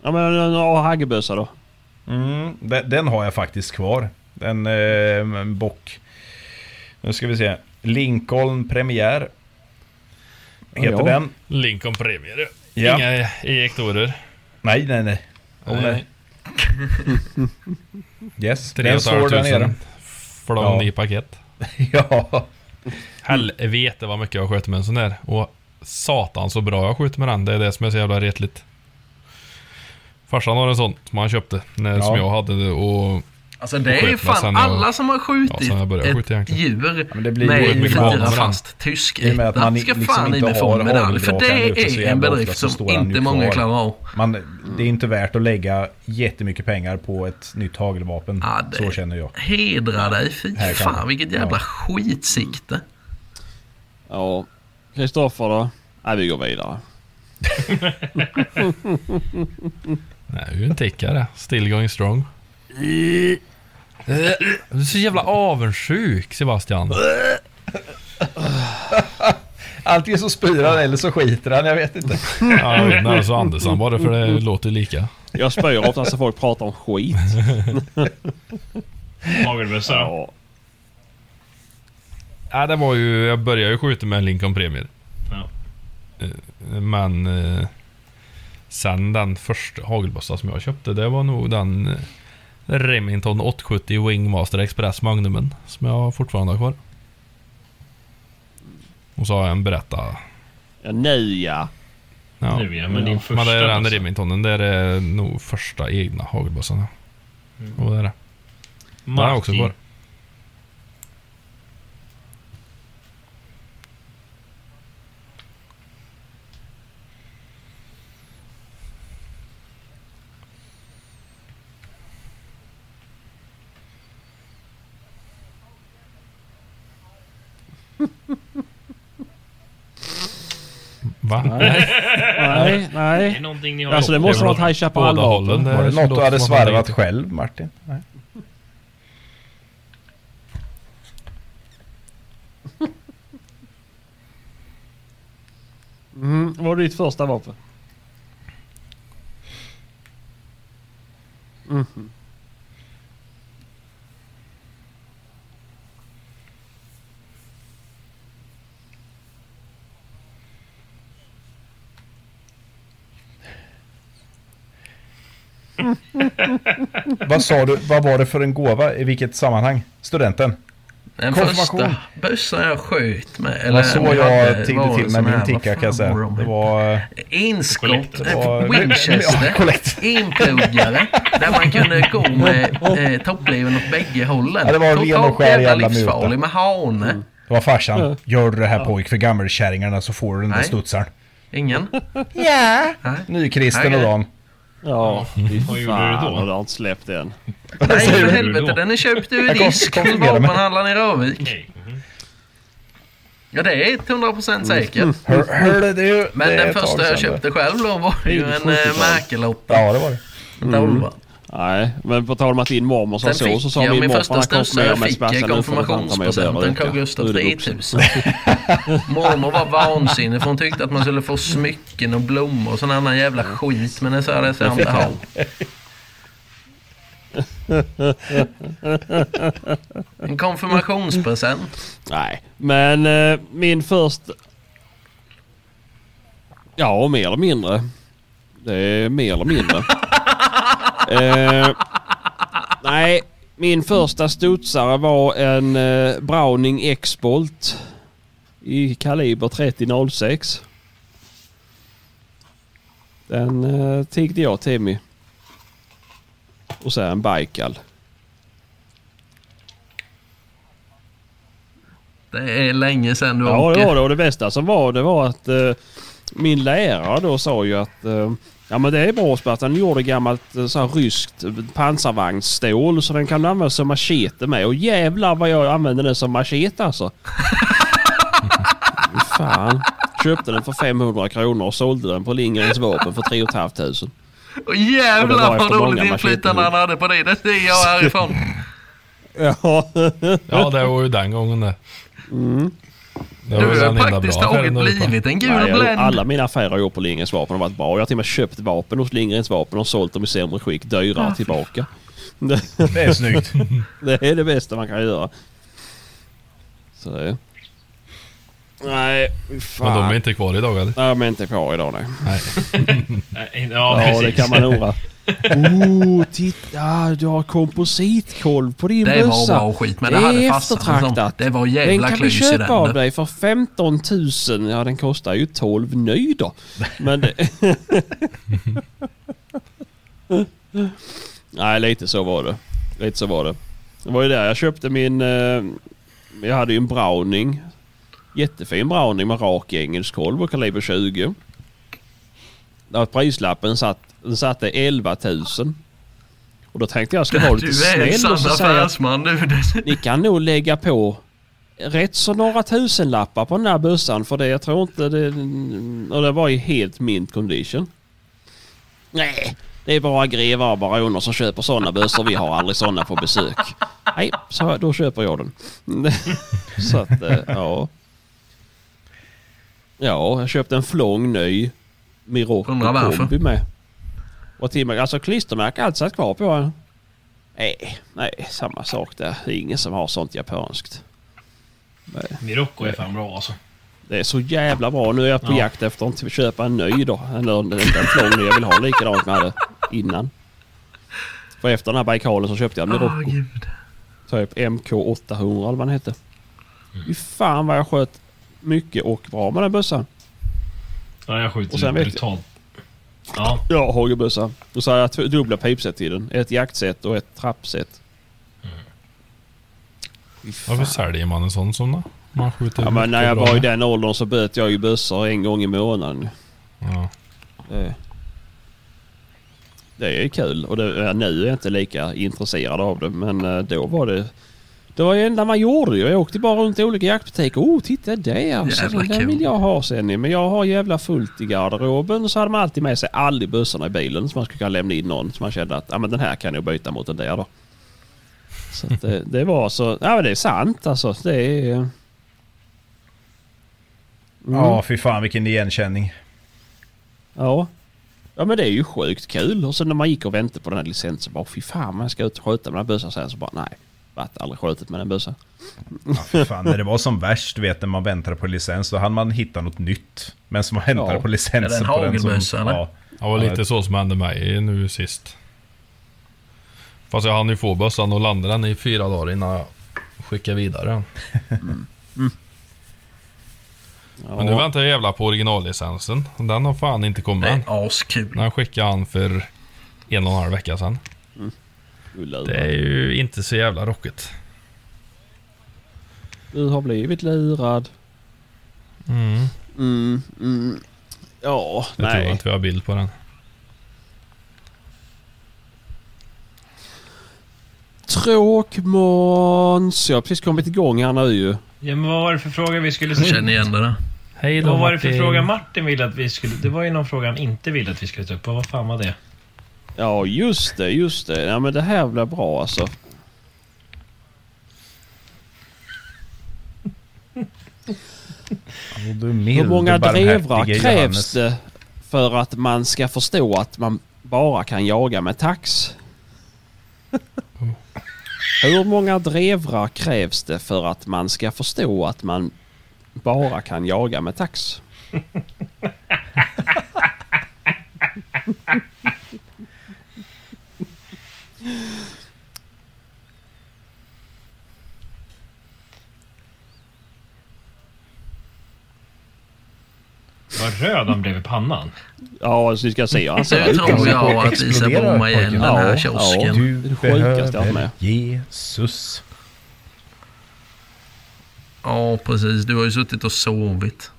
S5: Ja men en ja, haggebössa då?
S6: Mm, den, den har jag faktiskt kvar. En, eh, en bock. Nu ska vi se. Lincoln Premiär. Heter
S5: Ja.
S6: den.
S8: Lincoln Premier.
S6: Ja.
S8: Inga ejektorer.
S6: Nej, nej, nej. Oh, nej.
S8: Nej.
S6: Yes,
S8: Tre och
S6: den
S8: ett halvt
S6: står där nere.
S8: tusen för de
S6: Ja.
S8: nio paket.
S6: Ja,
S8: Helvete vad mycket jag sköt med en sån där. Och satan så bra jag skjuter med den. Det är det som är så jävla retligt. Farsan har en sån som han köpte. När,
S6: Ja.
S8: Som jag hade det och...
S2: Alltså det är
S8: Skjut
S2: ju
S8: mig sen
S2: fan
S8: jag-
S2: alla som har
S8: Ja,
S2: skjutit
S8: sen jag började skjuta
S2: ett
S8: egentligen.
S2: djur
S6: men det blir ju
S2: med en
S8: mycket
S2: fyra
S8: vapen.
S2: fast tysk
S6: I och med att
S2: etta
S6: man
S2: ska
S6: liksom
S2: fan
S6: inte
S2: inte
S6: har
S2: få en medalj. För det
S6: hageldrakan ute så
S2: är en
S6: jävla
S2: bedrift
S6: ofta så
S2: som
S6: står han ju
S2: inte många
S6: kvar.
S2: klarar av.
S6: man, det är inte värt att lägga jättemycket pengar på ett nytt hagelvapen.
S2: Ja, det-
S6: Så känner jag.
S2: Hedra dig, fy
S6: Här kan-
S2: fan vilket jävla skitsikte.
S5: Ja. Kristoffer då? Nej vi går vidare.
S8: Nej, det är ju en tickare. Still going strong. Eh, Du är så jävla avundsjuk Sebastian.
S6: Antingen så spyr han eller så skiter han, jag vet inte.
S8: Ja, jag vet, nej, så Andersson bara för det låter ju lika.
S5: Jag spyr ofta när folk pratar om skit.
S7: Hagelbössa då?
S5: Ja.
S8: Nej, det var ju... Jag började ju skjuta med en Lincoln Premier.
S7: Ja.
S8: Eh, Men... Eh, sen den första hagelbössan som jag köpte, det var nog den eh, Remington 870 Wingmaster Express Magnumen. Som jag fortfarande har kvar. Och så har jag en berätta...
S5: Ja, nu ja.
S8: Ja.
S7: Nu ja, men din första.
S8: Men det är den
S7: alltså.
S8: Remingtonen, det är nog första egna hagelbössan. ja.
S7: Mm.
S8: Och det är det. Den har jag också
S7: Martin.
S8: kvar. Va?
S5: Nej,
S7: Det är
S5: nej.
S7: någonting ni har
S5: Alltså det
S7: gjort.
S5: måste
S8: Det
S5: vara
S8: var
S5: ett High Chaparral
S8: Båda hållen.
S5: vapen.
S6: Var det
S8: låter
S6: något du hade
S8: som att man
S6: svarvat
S8: inte-
S6: själv, Martin? Nej.
S5: Mm, var det ditt första vapen?
S6: Vad sa du, vad var det för en gåva? I vilket sammanhang? Studenten?
S2: Den
S6: Konfirmation.
S2: första bössan jag sköt med.
S6: Det
S2: Eller
S6: var så
S2: om hade,
S6: jag tiggde
S2: var
S6: till med
S2: sån
S6: min
S2: här,
S6: ticka
S2: vad
S6: kan jag säga.
S2: fan var de typ?
S6: Det
S2: hette?
S6: var... eh,
S2: Inskott,
S6: det var-
S2: eh, Winchester,
S6: Ja, kollekt.
S2: inplogare. Där man kunde gå med eh, toppliven åt bägge hållen.
S6: Ja, det var en ren och
S2: Totalt
S6: skär jävla Mm. muta.
S2: livsfarlig med hane.
S6: Det var farsan. Gör det här pojk för gammelkärringarna så får du den där
S2: Nej.
S6: studsaren.
S2: Ingen?
S6: Nykristen
S2: Nej.
S6: och Dan.
S5: Ja, fy
S7: Vad gjorde du
S5: fan.
S7: då?
S5: Och det har inte släppt än.
S2: Nej
S7: säger
S2: för
S7: du
S2: helvete,
S7: då?
S2: den är köpt ur
S6: Jag kom-
S2: disk
S6: kom
S2: från
S6: med dem.
S2: vapenhandlaren i Rövik.
S7: Okej.
S2: Ja det är 100% säkert.
S6: Hör, hörde du?
S2: Men
S6: Mm. Det är
S2: den
S6: ett tag
S2: första jag
S6: sedan
S2: köpte själv då var ju en eh,
S5: 70-tal.
S2: Märkelotta.
S6: Ja, Mm. det var det.
S2: en tolva.
S5: Nej, men på tal om att din mormor sa
S2: Sen
S5: så,
S2: fick
S5: så sa
S2: jag
S5: min
S2: min
S5: morfar
S2: första
S5: när han
S2: stössa. Jag
S5: konfirmerade mig
S2: fick
S5: Sebastian, nu får du fan ta mig och bära
S2: konfirmationspresenten
S5: röka.
S2: Carl Gustaf
S5: Nu är du vuxen.
S2: 3000. Mormor var vansinnig för hon tyckte att man skulle få smycken och blommor och sån annan jävla skit. Men det sa det sig om det här. En konfirmationspresent.
S5: Nej, men eh, min först... Ja, mer eller mindre. Det är mer eller mindre. eh, nej, min första studsare var en eh, Browning X-Bolt i kaliber 3006. Den eh, tiggde jag Timmy. Och sen en Baikal.
S2: Det är länge sedan du
S5: Ja,
S2: åker.
S5: det var det. Och det bästa som var det var att eh, min lärare då sa ju att eh, ja men det är bra Spartan. Den gjorde gammalt eh, så här ryskt pansarvagnsstål så den kan du använda som machete med. Och jävlar vad jag använde den som machete alltså. Fan. Köpte den för 500 kronor och sålde den på Lindgrens vapen för 3
S2: Och
S5: 500. Och det var
S2: jävlar vad
S5: efter många
S2: roligt inflytande han
S5: macheter.
S2: hade på dig. Det ser jag härifrån.
S5: Ja.
S8: Ja, det var ju den gången det.
S6: Mm.
S8: Det var ju
S2: Du
S8: den
S2: har
S8: enda
S2: praktiskt
S8: bra
S2: taget
S8: affären du var på.
S2: blivit en gul
S5: Nej, jag,
S2: bländ.
S5: alla mina affärer jag gjort på Lindgrens vapen har varit bra. Jag har till och med köpt vapen hos Lindgrens vapen och sålt dem i sämre skick, dyrare tillbaka. Det,
S6: Det är snyggt.
S2: Mm.
S5: det är det bästa man kan göra. Så det... Nej, fy
S8: Men de
S5: fan.
S8: är inte kvar idag eller?
S5: Nej, de är inte kvar idag nej.
S7: Nej,
S5: Ja,
S7: Eh, Ja, precis.
S5: det kan man ora. Oh, titta! Du har kompositkolv på din
S2: Det var
S5: bössa.
S2: bra skit men
S5: Det
S2: det, hade
S5: är
S2: fastnat. en sån.
S5: eftertraktat.
S2: Det var
S5: Den
S2: jävla
S5: kan vi
S2: klys i den.
S5: köpa av dig för 15 000. Ja, den kostar ju 12 ny då. Men det... Nej, lite så var det. Lite så var det. Det var ju där jag köpte min... eh, Jag hade ju en browning. Jättefin browning med rak engelsk kolv och kaliber 20. Där prislappen satt, den satte 11 000. Och då tänkte jag, ska jag vara lite
S2: Du är en
S5: snäll
S2: sann
S5: och så säger jag
S2: affärsman du. Det-
S5: ni kan nog lägga på rätt så några tusenlappar på den här bössan för det jag tror inte det... Och det var i helt mint condition. Nej, det är bara grevar och baroner som köper sådana bössor. Vi har aldrig sådana på besök. Nej, så då köper jag den. så att, eh, ja. Ja, jag köpte en flång ny Mirocco
S2: Undrar varför.
S5: kombi med. Och till och med, alltså klistermärke har allt satt kvar på den. Nej, nej, samma sak där. Det är ingen som har sånt japanskt.
S7: Mirocco är fan bra alltså.
S5: Det är så jävla bra. Nu är jag på
S7: Ja.
S5: jakt efter att inte köpa en ny då. En, en, en flång ny jag vill ha likadant som jag hade innan. För efter den här Baikalen så köpte jag en
S2: Åh,
S5: Mirocco.
S2: Ah, gud.
S5: Typ MK800 eller vad den hette. Fy fan vad jag sköt mycket och bra med den bössan.
S7: Ja, jag skjuter
S5: Och sen vet jag-
S7: brutalt. Ja,
S5: Ja, hagelbössa. Och så har jag två- dubbla pipset i den. Ett jaktset och ett trappset.
S8: Varför säljer man en sån som då? Man skjuter
S5: Ja, men när
S8: mycket
S5: jag
S8: bra
S5: var i
S8: med.
S5: den åldern så böt jag ju bössor en gång i månaden.
S8: Ja.
S5: Det- Det är kul och det, ja, nu är jag inte lika intresserad av det men eh, då var det... Det var det enda man gjorde ju. Jag åkte bara runt i olika jaktbutiker. Oh, titta där! Så
S2: Jävla
S5: den där
S2: kul.
S5: vill jag ha sen. ju. Men jag har jävla fullt i garderoben. Så hade man alltid med sig all i bössorna i bilen så man skulle kunna lämna in någon som man kände att ah, men den här kan jag byta mot den där då. Så att det, det var så... Ja men det är sant alltså. Det är... eh,
S6: Ja, fy fan vilken igenkänning.
S5: Ja. Ja men det är ju sjukt kul. Och sen när man gick och väntade på den här licensen bara fy fan man ska ut och skjuta med den här bössan. Sen så bara nej. Vart aldrig skjutit med den bössan.
S6: Ja, fy fan, när det var som värst du vet när man väntade på licens då hann man hitta något nytt. Men som man väntade
S5: Ja.
S2: Är
S6: på
S2: det
S6: licensen
S2: en
S6: på den
S2: hagelbössa,
S6: som...
S2: eller?
S6: Ja.
S8: Det var
S6: Ja,
S8: lite så som hände mig nu sist. Fast jag hann ju få bössan och landa den i fyra dagar innan jag skickade vidare den.
S5: Mm. Ja.
S8: Men nu väntar jag jävla på originallicensen. Den har fan inte
S2: Det
S8: kommit än.
S2: är askul.
S8: Den skickade han för en och en halv vecka sedan. Det är
S5: Du,
S8: ju inte så jävla rockigt.
S5: du har blivit lurad.
S8: Mm.
S5: Mm, mm. Ja,
S8: Jag tror
S5: nej.
S8: inte vi har bild på den.
S5: Tråkmåns. Jag har precis kommit igång här nu ju.
S7: ja men vad var det för fråga vi skulle
S2: Jag
S7: se?
S2: känner igen det där.
S8: Hej
S7: Vad var det för fråga Martin ville att vi skulle... Det var ju någon fråga han inte ville att vi skulle ta upp. Vad fan var det?
S5: Ja, just det, just det. Ja, men det här blir bra alltså.
S6: Och du mild,
S5: Hur många
S6: du barmhärtige
S5: drevrar
S6: Johannes.
S5: krävs det för att man ska förstå att man bara kan jaga med tax? Hur många drevrar krävs det för att man ska förstå att man bara kan jaga med tax?
S7: Vad röd han blev i pannan.
S5: Ja, så vi ska se. Han ser
S2: Nu
S5: ut
S2: tror
S5: som
S2: jag att vi ska
S6: Exploderar
S2: bomma igen den
S6: pojken.
S5: Ja,
S2: här
S5: ja.
S2: kiosken.
S6: Du
S5: Det sjukaste jag har
S6: behöver
S5: med.
S6: Jesus.
S2: Ja, precis. Du har ju suttit och sovit.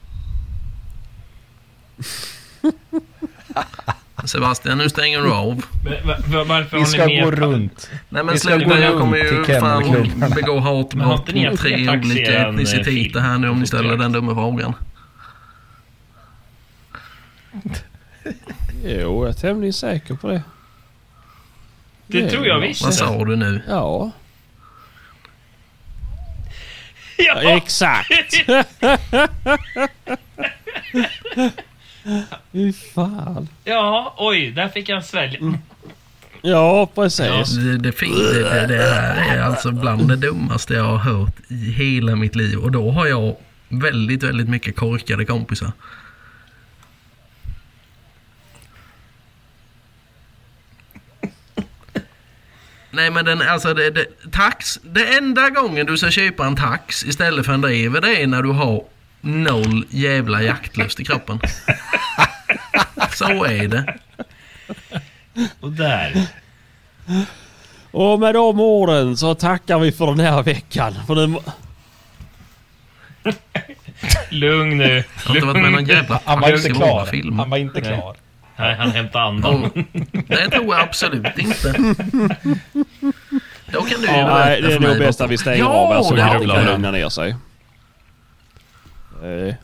S2: Sebastian, nu stänger du av.
S7: Men, va- va- varför
S6: Vi
S7: har
S6: ska
S7: ni
S6: gå
S7: mer... pa-
S6: runt.
S2: Nej men
S6: Vi ska
S2: sluta,
S6: gå
S2: jag
S6: runt
S2: kommer
S6: till
S2: ju fan
S6: Kennelklubben.
S2: begå
S7: Men har
S2: hatbrott
S7: inte ni
S2: mot tre
S7: att
S2: olika
S7: taxera en, eh,
S2: etniciteter här nu om ni
S7: film?
S2: ställer den dumma frågan.
S5: Jo, jag är tämligen säker på det.
S7: Det tror jag
S5: är-
S2: Vad
S7: visst.
S2: sa du nu?
S5: Ja,
S7: Ja,
S5: exakt. Fy fan.
S7: ja, oj, där fick jag svälja.
S5: Ja, precis.
S2: Det, Alltså, det, fin- det, det, det här är alltså bland det dummaste jag har hört i hela mitt liv. Och då har jag väldigt, väldigt mycket korkade kompisar. Nej men den, alltså det, det, tax. Det enda gången du ska köpa en tax istället för en driver det är när du har noll jävla jaktlust i kroppen. Så är det.
S7: Och där.
S5: Och med de orden så tackar vi för den här veckan. För den...
S7: Lugn nu.
S2: Jag har inte varit med någon jävla
S6: Han var inte
S2: tax i
S6: klar.
S2: många filmer.
S6: Han var inte klar.
S7: Nej, han hämtade andan.
S2: Ja, det tror jag absolut inte. Då kan du ju
S5: Nej,
S2: berätta
S5: det är
S2: för mig
S5: nog bäst att vi stänger
S2: Ja,
S5: av här så
S2: det
S5: att
S2: hade
S5: det
S2: vi
S5: kan
S2: kunnat.
S5: lugna ner sig. Eh,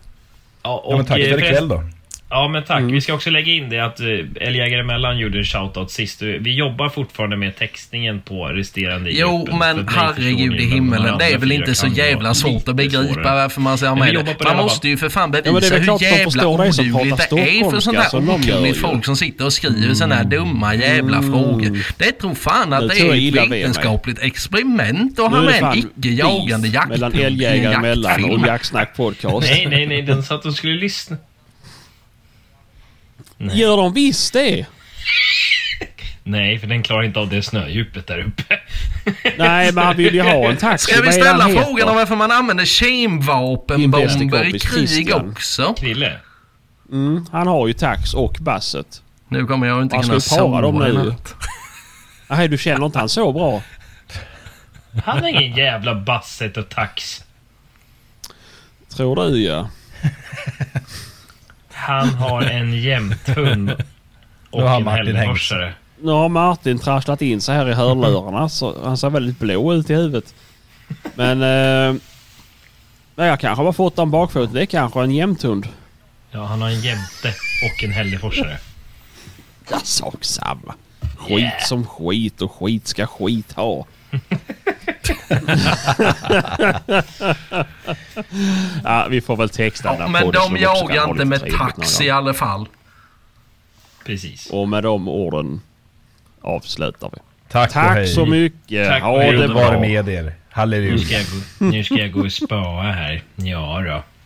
S7: Ja, och,
S6: Ja, men tack
S7: eh,
S6: för
S7: förresten-
S6: ikväll då.
S7: Ja
S2: Mm.
S7: men tack. Vi ska också lägga in det att eh, Älgjägare Mellan gjorde en shoutout sist. Vi jobbar fortfarande med textningen på resterande i
S2: Jo,
S7: gruppen, för
S2: men
S7: mig
S2: herregud i
S7: personligen, men de här
S2: himmelen. Det är
S7: andra
S2: väl
S7: fyra
S2: inte så
S7: kan vara
S2: jävla svårt
S7: lite
S2: att begripa
S7: svårare.
S2: varför man ska ha
S7: Men vi
S2: med
S7: jobbar
S2: det.
S7: på det
S2: Man
S7: här,
S2: måste ju för fan
S5: Ja, men det är
S2: bevisa
S5: väl klart
S2: hur
S5: de
S2: jävla
S5: förstår dig som pratar
S2: odugligt det är för sånt
S5: stockholmska, så
S2: där
S5: de gör
S2: okunnigt
S5: ju.
S2: folk som sitter och skriver såna här dumma jävla frågor. Det tror fan att
S5: Nu
S2: det
S5: tror
S2: är
S5: jag
S2: ett
S5: illa vid mig.
S2: vetenskapligt experiment att
S5: nu
S2: ha
S5: är det
S2: med en
S5: fan
S2: icke-jagande
S5: beef
S2: jaktpump
S5: Mellan
S2: i en
S5: Älgjägare mellan
S2: jaktfilm.
S5: och Jaktsnack podcast.
S7: Nej, nej, nej. Den satt och skulle lyssna.
S5: Gör de visst det?
S7: Nej, för den klarar inte av det snödjupet där uppe.
S5: Nej, men han vill ju ha en taxi.
S2: Ska vi
S5: Vad är det han
S2: ställa
S5: heter?
S2: frågan om varför man använder
S5: Min bästa
S2: kemvapenbomber i
S5: kompis
S2: krig
S5: Christian.
S2: också?
S7: Krille.
S5: Mm, han har ju tax och basset.
S2: Nu kommer jag inte
S5: Han
S2: kunna
S5: ska ju para dem
S2: sova i
S5: nu.
S2: natt.
S5: Nej, du känner inte han så bra.
S7: Han har ingen jävla basset och tax.
S5: Tror du ja.
S7: Han har en jämthund. Och
S6: Nu har
S7: en
S6: Martin hängt.
S7: helgmorsare.
S5: Nu har Martin trasslat in sig här i hörlurarna. Så han ser väldigt blå ut i huvudet. Men... Eh, nej, jag kanske bara fått en bakfot. Det är kanske en jämthund.
S7: Ja, han har en jämte och en helgmorsare.
S5: Ja, sak samma. Skit som skit och skit ska skit ha. ja, vi får väl texta den
S2: Ja,
S5: här
S2: Men
S5: podden så
S2: de
S5: vi också kan
S2: jagar
S5: ha
S2: inte
S5: lite
S2: med
S5: trevligt någon
S2: tax
S5: gång.
S2: i alla fall.
S7: Precis.
S5: Och med de orden avslutar vi.
S6: Tack, och
S5: Tack
S6: hej.
S5: så mycket.
S7: Mm. Tack
S5: ha
S7: för
S5: det
S6: Gud
S5: bra.
S6: Mm. vare med er. Halleluja.
S7: Nu ska jag gå, nu ska jag gå och spaa här. Ja då.